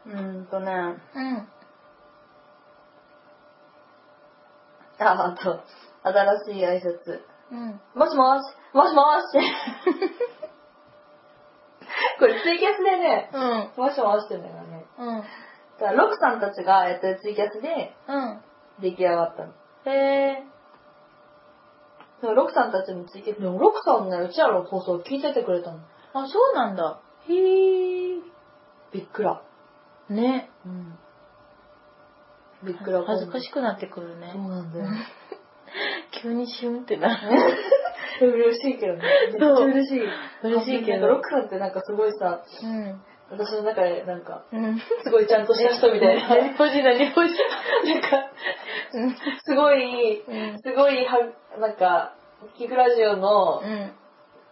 Speaker 1: うーんとね、
Speaker 2: うん。
Speaker 1: あ、あと、新しい挨拶。
Speaker 2: うん。
Speaker 1: もしもし、もしも し。これツイキャスでね、
Speaker 2: うん。
Speaker 1: もしもしってんだよね。
Speaker 2: うん。
Speaker 1: だからロクさんたちがやってるツイキャスで
Speaker 2: うん。
Speaker 1: 出来上がったの。
Speaker 2: へえ。
Speaker 1: でもロクさんたちのツイキャスでもロクさんね、うちらの放送聞いててくれたの。
Speaker 2: あ、そうなんだ。へえ。
Speaker 1: びっくら。
Speaker 2: ね。
Speaker 1: うん。びっくら。
Speaker 2: 恥ずかし
Speaker 1: い。
Speaker 2: くなってくるね
Speaker 1: そ。うなんだよ。
Speaker 2: 急にシュンってなる。
Speaker 1: 嬉しいけどね。めっちゃ
Speaker 2: そう
Speaker 1: 嬉しい。
Speaker 2: 嬉しいけど
Speaker 1: なんかロクさんってなんかすごいさ、
Speaker 2: うん。
Speaker 1: 私の中でなんか、
Speaker 2: うん。
Speaker 1: すごいちゃんとした人みたいな。なん
Speaker 2: 何ポジ何ポジ。
Speaker 1: か、
Speaker 2: うん。
Speaker 1: すごい、
Speaker 2: うん。
Speaker 1: すごいは、なんか、キクラジオの、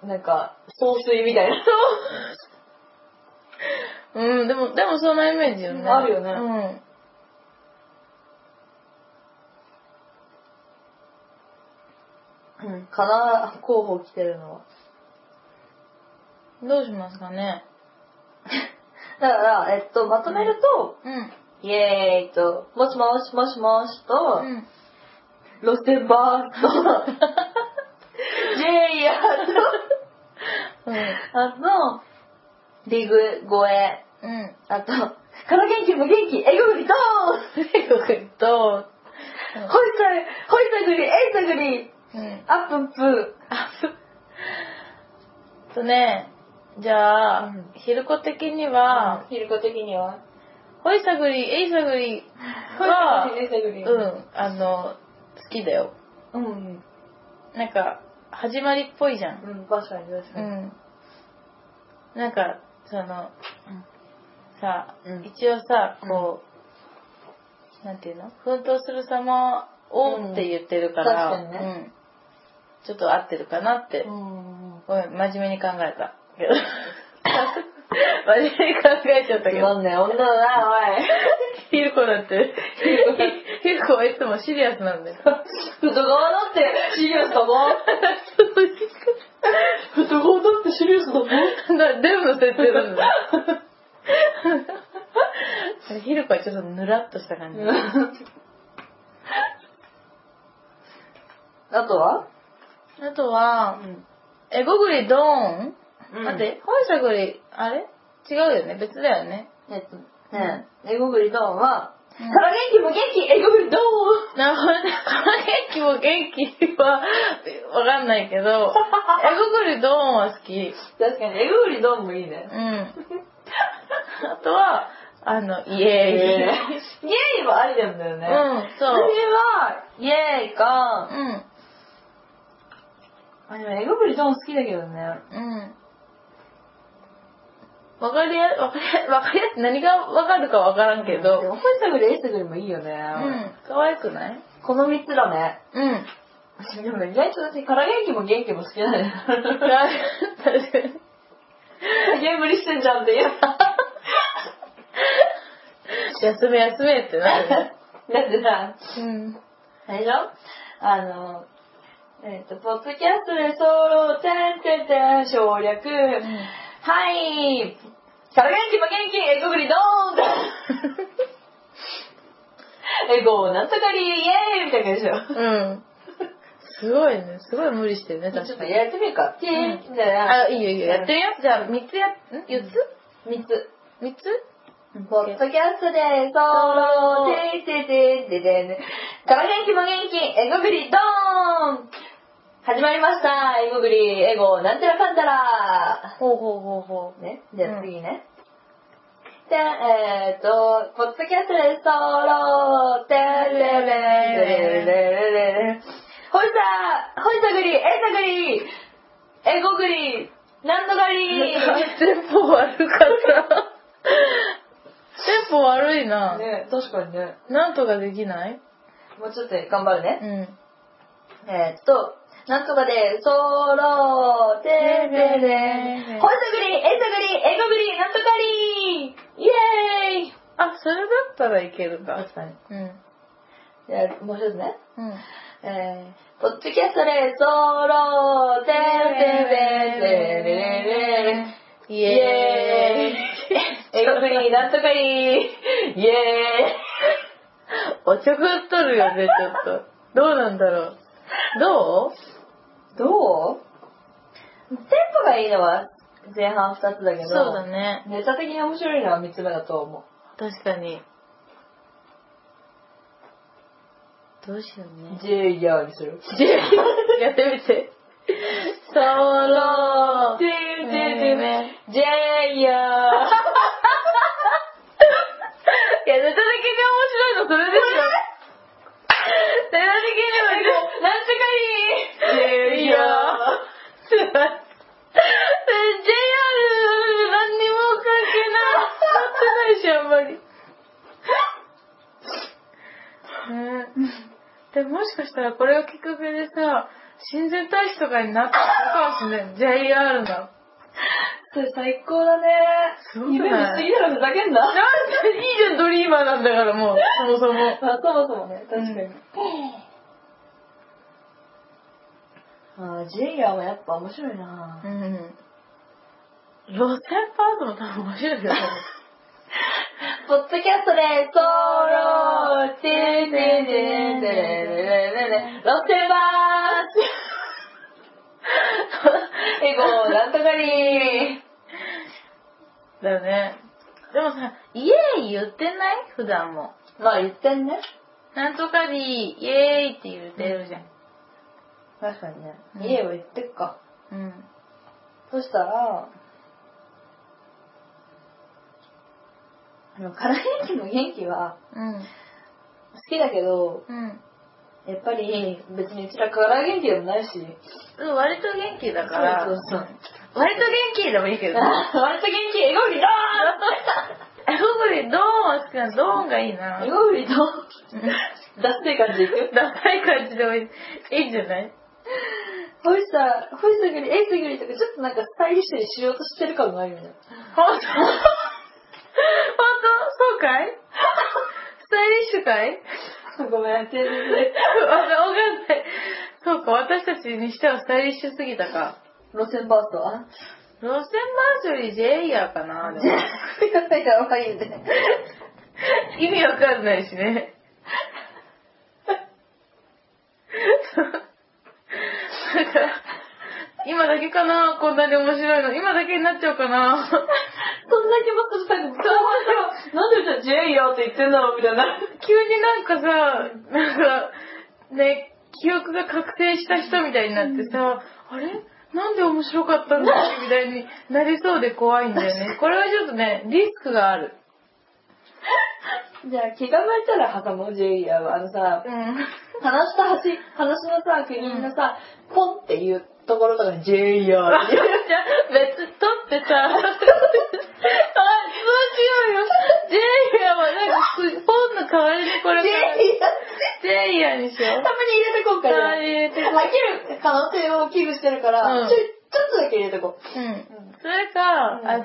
Speaker 1: なんか、総帥みたいな。
Speaker 2: うん。でも、でもそんなイメージよね。
Speaker 1: あるよね
Speaker 2: うん。
Speaker 1: うん、かな、候補来てるのは。
Speaker 2: どうしますかね。
Speaker 1: だから、えっと、まとめると、
Speaker 2: うん。
Speaker 1: イエーイと、もしもし、もしもしと、
Speaker 2: うん。
Speaker 1: ロセバーと、ジェイヤーと、
Speaker 2: うん。
Speaker 1: あと、リグ、ゴエ、
Speaker 2: うん。
Speaker 1: あと、から元気無元気、えぐりと、
Speaker 2: ど
Speaker 1: ほいさい、ほいさぐり、えいさぐり、
Speaker 2: ううん。
Speaker 1: あっぷんぷー。
Speaker 2: とね、じゃあ、
Speaker 1: うん
Speaker 2: ヒルコ的には、
Speaker 1: ヒルコ的には
Speaker 2: ホイサグリ、エイサグリは、
Speaker 1: えいさぐり。
Speaker 2: うん、あの、好きだよ。
Speaker 1: うん。うん。
Speaker 2: なんか、始まりっぽいじゃん。
Speaker 1: うん、確かに確
Speaker 2: う
Speaker 1: かに。
Speaker 2: ん。なんか、その、さ、
Speaker 1: うん
Speaker 2: 一応さ、こう、なんていうの奮闘する様をって言ってるから、
Speaker 1: うん確かに
Speaker 2: うんちょっと合ってるかなって。
Speaker 1: うん。
Speaker 2: ごめん、真面目に考えた。けど真面目に考えちゃったけど、
Speaker 1: んね、女だな、おい。
Speaker 2: ヒルコだって、ヒルコはいつもシリアスなんだよ。
Speaker 1: 外側だってシリアスだもん。外側だってシリアスだもん。
Speaker 2: な全部の設定なんだよ。ヒルコはちょっとぬらっとした感じ。
Speaker 1: あとは
Speaker 2: あとは、エゴグリドーン、
Speaker 1: うん
Speaker 2: 待って、ホイサグリ、あれ違うよね、別だよね。
Speaker 1: えっと、ねえ、エゴグリドーンは、
Speaker 2: う
Speaker 1: か
Speaker 2: ん
Speaker 1: ら元気も元気、エゴグ リドーン
Speaker 2: なるほどね。元気も元気は、わかんないけど、エゴグリドーンは好き。
Speaker 1: 確かに、エゴグリドーンもいいね
Speaker 2: う。ん。あとは、あの、イ
Speaker 1: イエ
Speaker 2: エーイ。
Speaker 1: ーイはありなんだよね。
Speaker 2: うん、
Speaker 1: 次
Speaker 2: そう。
Speaker 1: は、イエーイか、
Speaker 2: うん、
Speaker 1: あ、でもエゴグリドーン好きだけどね。
Speaker 2: うん。わかりや、わかりや、わかりやす、何がわかるかわからんけ
Speaker 1: で
Speaker 2: ど、
Speaker 1: も、ホイサグリ、エイサグリもいいよね。
Speaker 2: うん、可愛くない
Speaker 1: この3つだね。
Speaker 2: うん。
Speaker 1: でも意外と私、から元気も元気も好きなんだ よ。
Speaker 2: 確かに。
Speaker 1: すげえ無理してんじゃんって言う。
Speaker 2: 休め休めってなるね。
Speaker 1: だってさ、
Speaker 2: うん。
Speaker 1: あれでしょあの、えっ、と、ポッドキャストでソロ、てんてんてん、省略、はい、さら元気も元気、エゴグリド ーンとエゴなんとかり、イエーイみたいな感じでしょ。
Speaker 2: うん。すごいね。すごい無理してるね、
Speaker 1: ちょ
Speaker 2: 確
Speaker 1: っ
Speaker 2: か
Speaker 1: と
Speaker 2: に。
Speaker 1: やってみるか。てん、みたいな。
Speaker 2: あ、いいよいいよ。やってみよう。じゃあ、3つや、ん ?4
Speaker 1: 3つ。
Speaker 2: つ ?3 つ
Speaker 1: ポッドキャストで、ソロ、てんてんてんてんてん。から元気も元気、エゴグリ、ドーン始まりました、エゴグリ、エゴ、なんちゃらかんたら。
Speaker 2: ほうほうほうほ
Speaker 1: ね、じゃあ次ね。で、えっと、ポッドキャストで、ソロ、てんてんてんてんてんてん。ほいさ、ほいさぐり、えいさぐり、エゴグリ、なんとが
Speaker 2: う。
Speaker 1: り。
Speaker 2: テンポ悪かった。テンポ悪いな。
Speaker 1: ね、確かにね。
Speaker 2: なんとかできない
Speaker 1: もうちょっと頑張るね。
Speaker 2: うん。
Speaker 1: えーっと、なんとかで、ソロ、てーてーてー、ほいさぐり、えいさぐり、えごぐり、なんとかりイエーイ
Speaker 2: あ、それだったらいけるか。
Speaker 1: かに。
Speaker 2: うん。
Speaker 1: じゃあ、もう一つね。
Speaker 2: うん。
Speaker 1: えー、ポッドキャストで、ソロ、てーてーてーてーてーて
Speaker 2: イ
Speaker 1: ーイエ
Speaker 2: エ
Speaker 1: ーイえごぐり、なんとかりイエ
Speaker 2: ーイ。おちょくっとるよね、ちょっと。どうなんだろう。ど
Speaker 1: ーイどうテンポがいいのは前半二つだけ
Speaker 2: う
Speaker 1: ど。
Speaker 2: そうだね。
Speaker 1: ネタ的に面白いのは3つ目だと思
Speaker 2: 確かに。どうしよう
Speaker 1: う。
Speaker 2: ね。
Speaker 1: ジェイヤーにする。
Speaker 2: やってみて。ソロ
Speaker 1: ジェ
Speaker 2: ね
Speaker 1: イヤー。
Speaker 2: いや、ネタ的に面白いのそれでしょ。ネタ的にも
Speaker 1: なんとかに
Speaker 2: いいよすいません JR 何にも関係ない。やってないし、あんまり。ねえでももしかしたらこれをきっかけでさ、親善大使とかになったのかもしれない。JR の。
Speaker 1: それ最高だね。
Speaker 2: すごくない
Speaker 1: 夢見すぎたらふざけんな。
Speaker 2: なんでいいじゃん、ドリーマーなんだからもう、そもそも。
Speaker 1: まあ、そもそもね、確かに。
Speaker 2: うん
Speaker 1: あージェイヤーはやっぱ面白いな
Speaker 2: うん。路線パートも多分面白いよ。
Speaker 1: ポッドキャストで、ソロ、チーチーチーチーチーチーチーチーロッテルバ ースエゴ、なんとかに
Speaker 2: だよね。でもさ、イエーイ言ってない普段も。
Speaker 1: まあ言ってんね。
Speaker 2: なんとかにイエーイって言ってるじゃん。
Speaker 1: 確かにね
Speaker 2: う。ん
Speaker 1: 家を言ってっか。
Speaker 2: うん。
Speaker 1: そしたら、あの、から元気の元気は
Speaker 2: うん。
Speaker 1: 好きだけど、
Speaker 2: うん。
Speaker 1: やっぱり別にうちらから元気でもないし、
Speaker 2: うん、割と元気だから。
Speaker 1: そう そうそうん
Speaker 2: 割と元気でもい いけど。あ、
Speaker 1: 割と元気、エゴフリド
Speaker 2: 僕でドーンは好きなの。ドーンがいいな
Speaker 1: ーン エ。ゴフリドー
Speaker 2: う ん
Speaker 1: ン出して感じいく
Speaker 2: ダサい感じでもいいいいんじゃない
Speaker 1: ほいさ、ほいさぐり、えいさぐりとか、ちょっとなんかスタイリッシュにしようとしてる感があるよね。
Speaker 2: ほんとほんとそうかいスタイリッシュかい
Speaker 1: ごめん、全然。
Speaker 2: わかわかんない。そうか、私たちにしてはスタイリッシュすぎたか。
Speaker 1: 路線バーストは
Speaker 2: 路線バージョンより J イヤー かな、でも
Speaker 1: やばいやばいね。
Speaker 2: 意味わかんないしね。なんか、今だけかな、こんなに面白いの。今だけになっちゃうか
Speaker 1: そ
Speaker 2: な。
Speaker 1: んな気持ちでさ、なんでじゃあジェイヤーって言ってんだろうみたいな。
Speaker 2: 急になんかさ、なんか、ね、記憶が覚醒した人みたいになってさ、あれなんで面白かったんだっけみたいになりそうで怖いんだよ ね。これはちょっとね、リスクがある。
Speaker 1: じゃあ気が向いたら挟もう、ジェイヤーは。あのさ、
Speaker 2: うん。
Speaker 1: 話した端、話のさ、国のさ、ポンっていうところとかにジェイヤー って
Speaker 2: じゃ
Speaker 1: 言う。
Speaker 2: あ、別、取って さ、あ、どうしようよ。ジェイヤーはなんか、す本の代わりにこれ
Speaker 1: ジェ
Speaker 2: か
Speaker 1: イヤ
Speaker 2: ら、
Speaker 1: ー
Speaker 2: ジェイヤーにしよ
Speaker 1: たまに
Speaker 2: う。
Speaker 1: 入れてこうかじゃあ
Speaker 2: あ入れてこう
Speaker 1: 飽きる可能性を危惧してるから、
Speaker 2: うん
Speaker 1: ちょちょっつだけ入れとこ う。
Speaker 2: うん
Speaker 1: うん。
Speaker 2: それか、
Speaker 1: うん
Speaker 2: あの、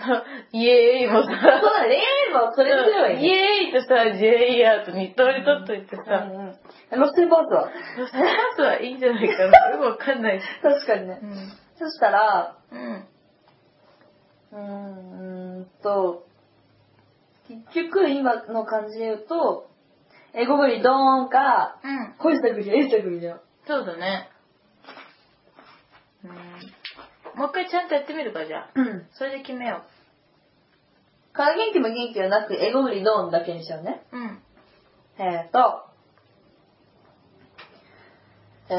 Speaker 2: イエーイ も
Speaker 1: そう
Speaker 2: さ、
Speaker 1: だね、恋愛もこれにすればいい
Speaker 2: イ
Speaker 1: ね。
Speaker 2: エーイとさ、ジェイヤーと二通り取っといてさ、
Speaker 1: うん。ロステーパーツは。
Speaker 2: ロストバースはいいんじゃないかな。よくわかんないし。
Speaker 1: 確かにね
Speaker 2: う。ん。
Speaker 1: そしたら、
Speaker 2: うん。
Speaker 1: うーんと、結局今の感じで言うと、え、ゴブリンドーンか、
Speaker 2: うん。
Speaker 1: 恋した国は、エイした国だよ。
Speaker 2: そうだね。うん。もう一回ちゃんとやってみるか、じゃあ。
Speaker 1: うん。
Speaker 2: それで決めよ
Speaker 1: から元気も元気はなく、エゴブリドーンだけにしようね。
Speaker 2: う。うん。
Speaker 1: えーと、え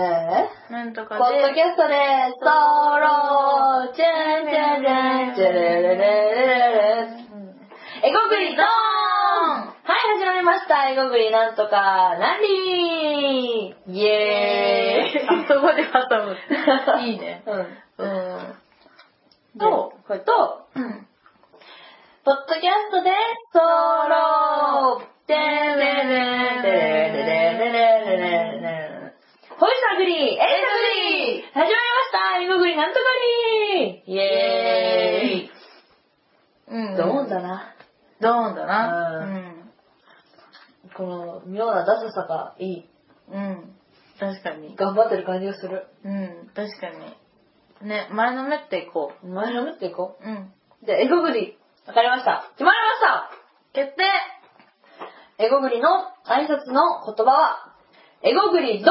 Speaker 1: ー
Speaker 2: なんと
Speaker 1: ポ
Speaker 2: か
Speaker 1: ッ
Speaker 2: で。
Speaker 1: ドキャストで、ソロチェンチェンチェンチェレレレレレエゴグリドーンはい、始まりました。エゴグリなんとか、なんりーイエーイ
Speaker 2: あそこで挟む。いいね。
Speaker 1: うん。
Speaker 2: うん。
Speaker 1: と
Speaker 2: と、
Speaker 1: これと、
Speaker 2: うん。
Speaker 1: ポッドキャストで、ソロでーでーでーでーでーでーでーでーでーホイサグリーエイサグリー始まりましたエゴグリなんとかリーイエ
Speaker 2: う
Speaker 1: ー
Speaker 2: ん。
Speaker 1: イドーンだな。
Speaker 2: ドーンだな。
Speaker 1: う
Speaker 2: うん。
Speaker 1: この妙なダサさがいい。
Speaker 2: うん。確かに。
Speaker 1: 頑張ってる感じがする。
Speaker 2: うん。確かに。ね、前のめっていこ
Speaker 1: 前のめっていこ
Speaker 2: う。うん。
Speaker 1: う。じゃあ、エゴグリ。わかりました。決まりました
Speaker 2: 決定
Speaker 1: エゴグリの挨拶の言葉は、エゴグリドー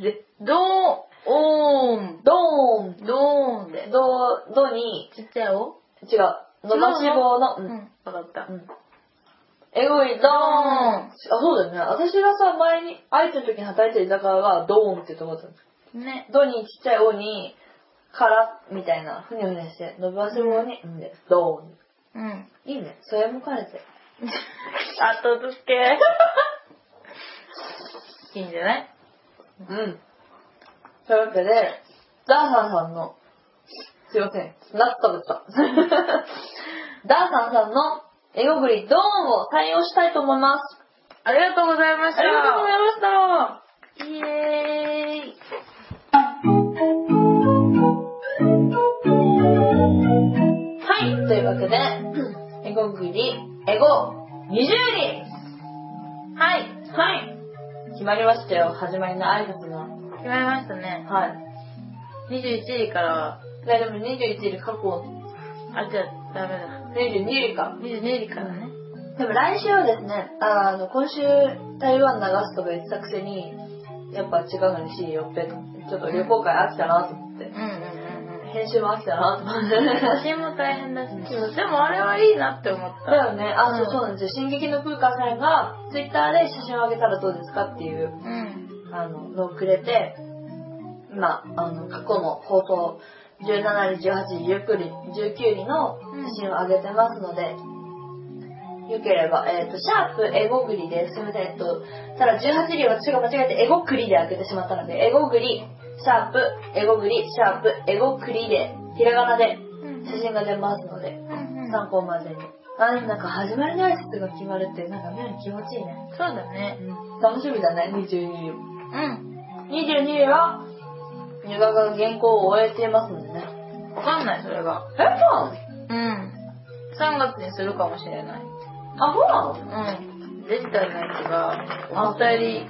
Speaker 1: ンで
Speaker 2: ドーンドー
Speaker 1: ドー
Speaker 2: ン
Speaker 1: ン
Speaker 2: ドーンで。
Speaker 1: ド、ドに、
Speaker 2: ちっちゃいお
Speaker 1: 違う、伸ばし棒の、
Speaker 2: う
Speaker 1: うんん。。
Speaker 2: わかった
Speaker 1: う。んエゴグリドーンあ、そうだよね。私がさ、前に、会えた時に働いてる居酒屋は、ドーンってとこだったの。
Speaker 2: ね。
Speaker 1: ドにちっちゃいおに、から、みたいな、ふにゃふにゃして、伸ばし棒に、うんで、ドーン。
Speaker 2: うん。
Speaker 1: いいね。それも兼ねて。
Speaker 2: 後付 け。いいんじゃない
Speaker 1: うん。というわけで、ダーサンさんの、すいません、ナッツ食べてた。 ダーサンさんのエゴグリドーンを採用したいと思います。
Speaker 2: ありがとうございました。
Speaker 1: ありがとうございました。
Speaker 2: イエーイ。
Speaker 1: はい、というわけで、エゴグリ、エゴ20人
Speaker 2: はい。
Speaker 1: はい決まりましたよ、始まりの挨拶の。
Speaker 2: 決まりましたね。
Speaker 1: はい。
Speaker 2: 21位からは、
Speaker 1: ででも21より過去、
Speaker 2: あ、じゃあダメだ。
Speaker 1: 22位か。
Speaker 2: 22位からね。
Speaker 1: でも来週はですね、あの、今週台湾流すとか言ってたくせに、やっぱ違うのにしよって、ちょっと旅行会飽きたなと思って
Speaker 2: うん、うんうんうん。
Speaker 1: 編集も飽きたなと思 って。
Speaker 2: 写真も大変だし、でもあれはいいなって思った。
Speaker 1: だよね、あ、そう
Speaker 2: うん
Speaker 1: そうなんですよ。進撃の空間さんが、ツイッターで写真をあげたらどうですかっていう、
Speaker 2: うん。
Speaker 1: あの、のをくれて、今、あの、過去の放送、17日、18時、19時、19時の写真を上げてますので、よければ、えっ、と、シャープエゴグリです。すみません、えっと、ただ18時は私が間違えてエゴクリで開けてしまったので、エゴグリ、シャープ、エゴグリ、シャープ、エゴクリで、ひらがなで
Speaker 2: うん
Speaker 1: 写真が出ますので、
Speaker 2: うんうん
Speaker 1: 参考までに。あ、でもなんか始まりの挨拶が決まるって、なんか妙に気持ちいいね。
Speaker 2: そうだね。
Speaker 1: 楽しみだね、22秒。
Speaker 2: うん。
Speaker 1: 22位は、入学が原稿を終えていますのでね。
Speaker 2: わかんない、それが。
Speaker 1: え、そうなの
Speaker 2: うん。3月にするかもしれない。
Speaker 1: あ、そうなの
Speaker 2: うん。デジタルのやつが、思ったより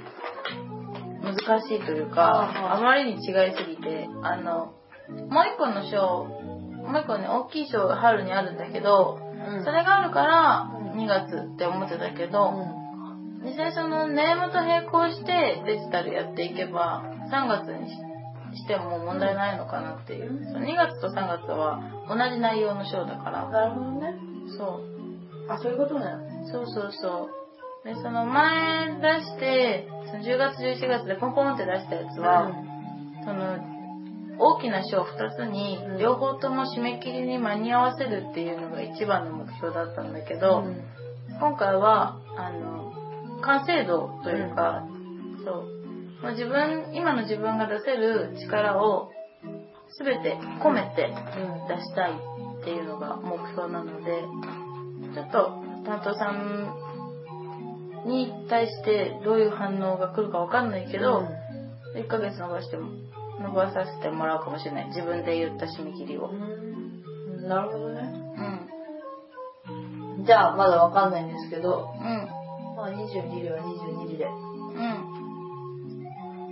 Speaker 2: 難しいというか、あまりに違いすぎて、あの、もう一個の賞、もう一個ね、大きい賞が春にあるんだけど、
Speaker 1: う
Speaker 2: それがあるから
Speaker 1: うん
Speaker 2: 2月って思ってたけど、
Speaker 1: う
Speaker 2: 実際そのネームと並行してデジタルやっていけば、3月にししても問題ないのかなっていう。
Speaker 1: うん
Speaker 2: その2月と3月は同じ内容の賞だから
Speaker 1: ん。、なるほどね。
Speaker 2: そう。
Speaker 1: あ、そういうことね。
Speaker 2: そうそうそう。で、その前出して、その10月、11月でポンポンって出したやつは、その、大きな賞2つに
Speaker 1: うん、
Speaker 2: 両方とも締め切りに間に合わせるっていうのが一番の目標だったんだけ
Speaker 1: う
Speaker 2: ど、今回は、あの、完成度というか、そう、もう自分、今の自分が出せる力を全て込めて、
Speaker 1: ん。
Speaker 2: 出したいっていうのが目標なのでちょっと担当さんに対してどういう反応が来るかわかんないけど、1ヶ月伸ばしても伸ばさせてもらうかもしれない自分で言った締め切りをうん
Speaker 1: うんなるほどね
Speaker 2: うん
Speaker 1: じゃあまだわかんないんですけど、まあ、22里は22里で
Speaker 2: う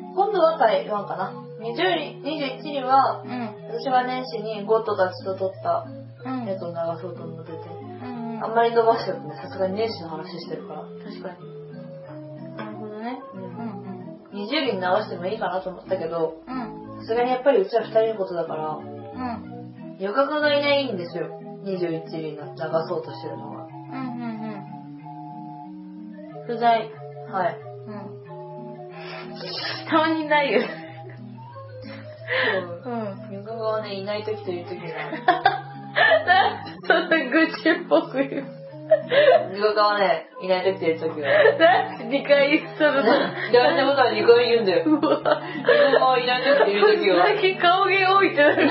Speaker 2: ん
Speaker 1: 今度は台湾かな20里21里は
Speaker 2: うん
Speaker 1: 私が年始にゴッドたちと撮った
Speaker 2: うん
Speaker 1: やつを流そうと思ってて
Speaker 2: うん
Speaker 1: あんまり伸ばしちゃってねさすがに年始の話してるから
Speaker 2: 確かになるほどね
Speaker 1: う
Speaker 2: うんんうん
Speaker 1: 20里に直してもいいかなと思ったけど
Speaker 2: うん
Speaker 1: さすがにやっぱりうちは2人のことだから
Speaker 2: うん
Speaker 1: 余格がいないんですよ21里に流そうとしてるのは
Speaker 2: うんうんうん不在
Speaker 1: はい
Speaker 2: うんたまにないよ
Speaker 1: そう
Speaker 2: うん
Speaker 1: 余格がねいない時という時が
Speaker 2: なんそんな愚痴っぽく言う
Speaker 1: 自分がね、いない時って言う時は。
Speaker 2: なんて2回言ったの
Speaker 1: 言われたことは2回言うんだよ。
Speaker 2: うわ
Speaker 1: 自分がいない時って言う時は。
Speaker 2: 最近顔芸多いってなる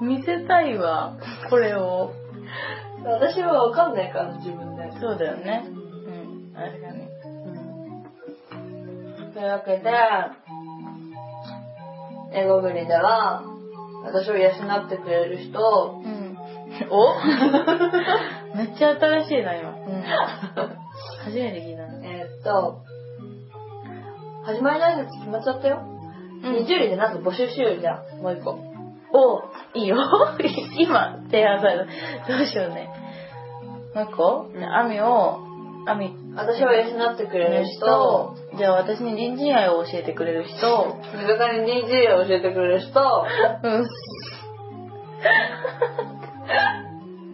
Speaker 2: 見せたいわこれを
Speaker 1: 私はわかんないから、自分で。
Speaker 2: そうだよねうんあれだね
Speaker 1: というわけで、エゴグリでは、私を養ってくれる人、
Speaker 2: うんお めっちゃ新しいな今、うん、初めて聞いたね
Speaker 1: えーっと、始まりの挨拶決まっちゃったよ。20人でなんか募集しようよじゃあ、もう一個。
Speaker 2: おいいよ 今提案されたどうしようねもう一個
Speaker 1: うん
Speaker 2: 亜美を亜美
Speaker 1: 私を養ってくれる人、
Speaker 2: じゃあ私に隣人愛を教えてくれる人
Speaker 1: 自分に DJ を教えてくれる 人、
Speaker 2: うん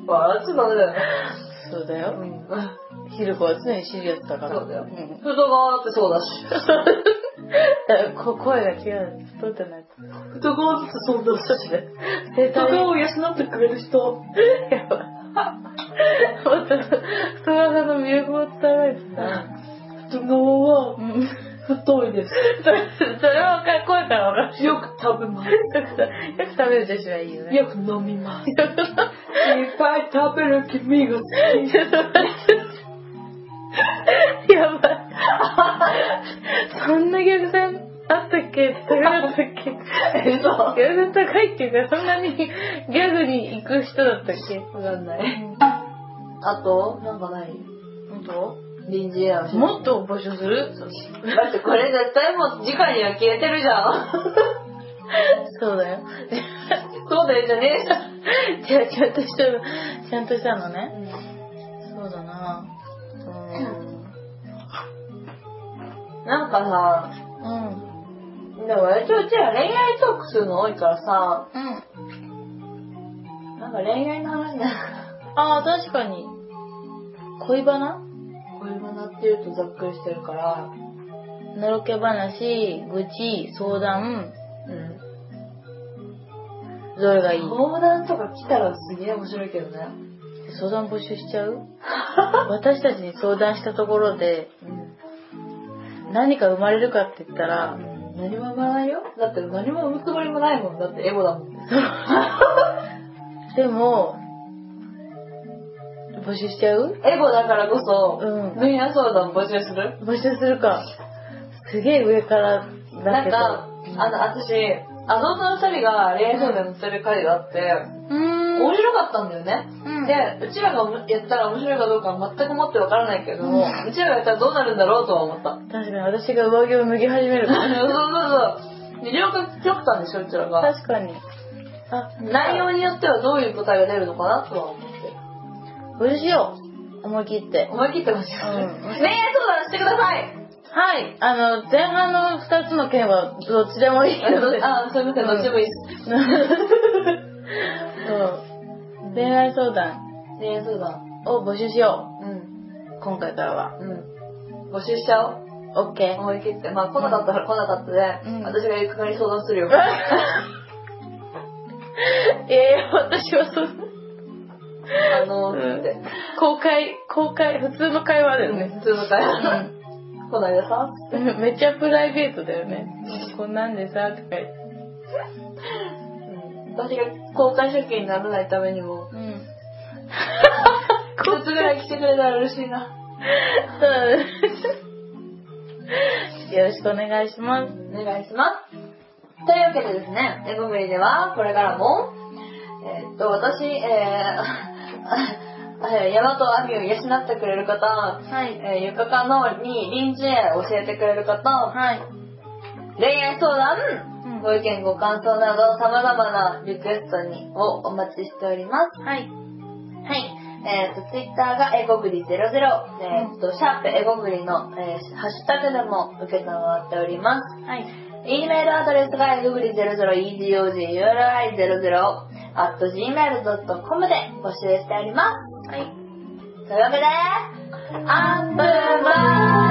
Speaker 1: わあ、ちょっとダメだよね。
Speaker 2: そうだよ
Speaker 1: うん。
Speaker 2: ひるこは常にシリアスだから
Speaker 1: そうだよ
Speaker 2: ん
Speaker 1: 外側ってそうだし。
Speaker 2: だからこ 声が違う太ってない
Speaker 1: 外側ってそうだし。
Speaker 2: 生
Speaker 1: 外側を
Speaker 2: 体
Speaker 1: 養ってくれる人。
Speaker 2: やばいもっと太さの魅力を伝えないとさ
Speaker 1: 外側は
Speaker 2: うん
Speaker 1: 太いです。
Speaker 2: それそれはか声から分かる
Speaker 1: よく食べます。
Speaker 2: よくさよく食べる女子はいいよね
Speaker 1: よく飲みます。いっぱい食べる君が好き。
Speaker 2: やばい。そんな逆算あったっけ高かったっけ
Speaker 1: え、そう。わ
Speaker 2: 逆算高いっていうか、そんなにギャグに行く人だったっけ
Speaker 1: かんない。
Speaker 2: う
Speaker 1: あと、なんかない
Speaker 2: ん。本
Speaker 1: 臨時や
Speaker 2: 当もっと募集する
Speaker 1: だってこれ絶対もう次回には消えてるじゃ ん。
Speaker 2: そうだよ。
Speaker 1: そうだよじゃねえじゃん。
Speaker 2: じゃあ、ちゃんとしたの、ちゃんとしたのね。そうだなう
Speaker 1: なんかさ、
Speaker 2: ん。うん。
Speaker 1: でも割とうちは恋愛トークするの多いからさ、
Speaker 2: うん。
Speaker 1: なんか恋愛の話な
Speaker 2: ああ、確かに。恋バナ
Speaker 1: 恋バナっていうとざっくりしてるから、
Speaker 2: のろけ話、愚痴、相談、
Speaker 1: うん。
Speaker 2: どれがいい
Speaker 1: 相談とか来たらすげえ面白いけどね。
Speaker 2: 相談募集しちゃ う私たちに相談したところで
Speaker 1: うん。
Speaker 2: 何か生まれるかって言ったら、
Speaker 1: 何も生まないよ。だって何も生むつもりもないもん。だってエゴだもん。
Speaker 2: でも、募集しちゃう
Speaker 1: エゴだからこそ、
Speaker 2: うん
Speaker 1: みんな相談募集する
Speaker 2: 募集するか。すげえ上からだ
Speaker 1: なん
Speaker 2: け
Speaker 1: か、
Speaker 2: ど。
Speaker 1: あの、私、あの女の二人が恋愛相談乗ってる回があって、
Speaker 2: うーん。
Speaker 1: 面白かったんだよね。
Speaker 2: うん
Speaker 1: で、うちらがやったら面白いかどうかは全くもってわからないけども、
Speaker 2: う
Speaker 1: うちらがやったらどうなるんだろうとは思った。
Speaker 2: 確かに私が上着を脱ぎ始めるか
Speaker 1: そう
Speaker 2: ら。
Speaker 1: そうそう。で、両方極端でしょ、うちらが。
Speaker 2: 確かに。あ、
Speaker 1: 内容によってはどういう答えが出るのかなとは思って。
Speaker 2: 募集しよう。思い切って。
Speaker 1: 思い切ってほしい。恋愛
Speaker 2: うん
Speaker 1: 相談してください
Speaker 2: はい、あの、前半の2つの件はどっちでもいいので。
Speaker 1: あ、すいません、どっちでもいいです。
Speaker 2: そう恋愛相談
Speaker 1: 恋愛相談。
Speaker 2: を募集しよ
Speaker 1: うん。
Speaker 2: う。今回からは。
Speaker 1: うん。募集しちゃおう。
Speaker 2: OK。
Speaker 1: 思い切って。まあ、来なかったら来なかったで、
Speaker 2: うん
Speaker 1: 私がゆくかに相談するよ。
Speaker 2: ええ私はそんな
Speaker 1: あの、
Speaker 2: うん
Speaker 1: って。
Speaker 2: 公開、公開、普通の会話だよね。
Speaker 1: 普通の会話。こないださ、
Speaker 2: うんめっちゃプライベートだよね。こんなんでさ、とか言って。
Speaker 1: 私が公開処刑にならないためにも、
Speaker 2: うん。
Speaker 1: 一つぐらい来てくれたら嬉しいな。
Speaker 2: そうだね よろしくお願いします。
Speaker 1: お願いします。というわけでですね、えごむりでは、これからも、えーっと、 私、えー、山と亜美を養ってくれる方、
Speaker 2: はい。
Speaker 1: えー、ゆかかのに臨時へ教えてくれる方、
Speaker 2: はい。
Speaker 1: 恋愛相談、
Speaker 2: うん
Speaker 1: ご意見ご感想など様々なリクエストにをお待ちしております。
Speaker 2: はい。
Speaker 1: はい。えっ、と、ツイッターがエゴグリ00、えっ、と、シャープエゴグリの、えーハッシュタグでも受けたまわっております。
Speaker 2: はい。
Speaker 1: e メールアドレスがエゴグリ 00edoguri00 at gmail.com で募集しております。
Speaker 2: はい。
Speaker 1: というわけで、アンプーバー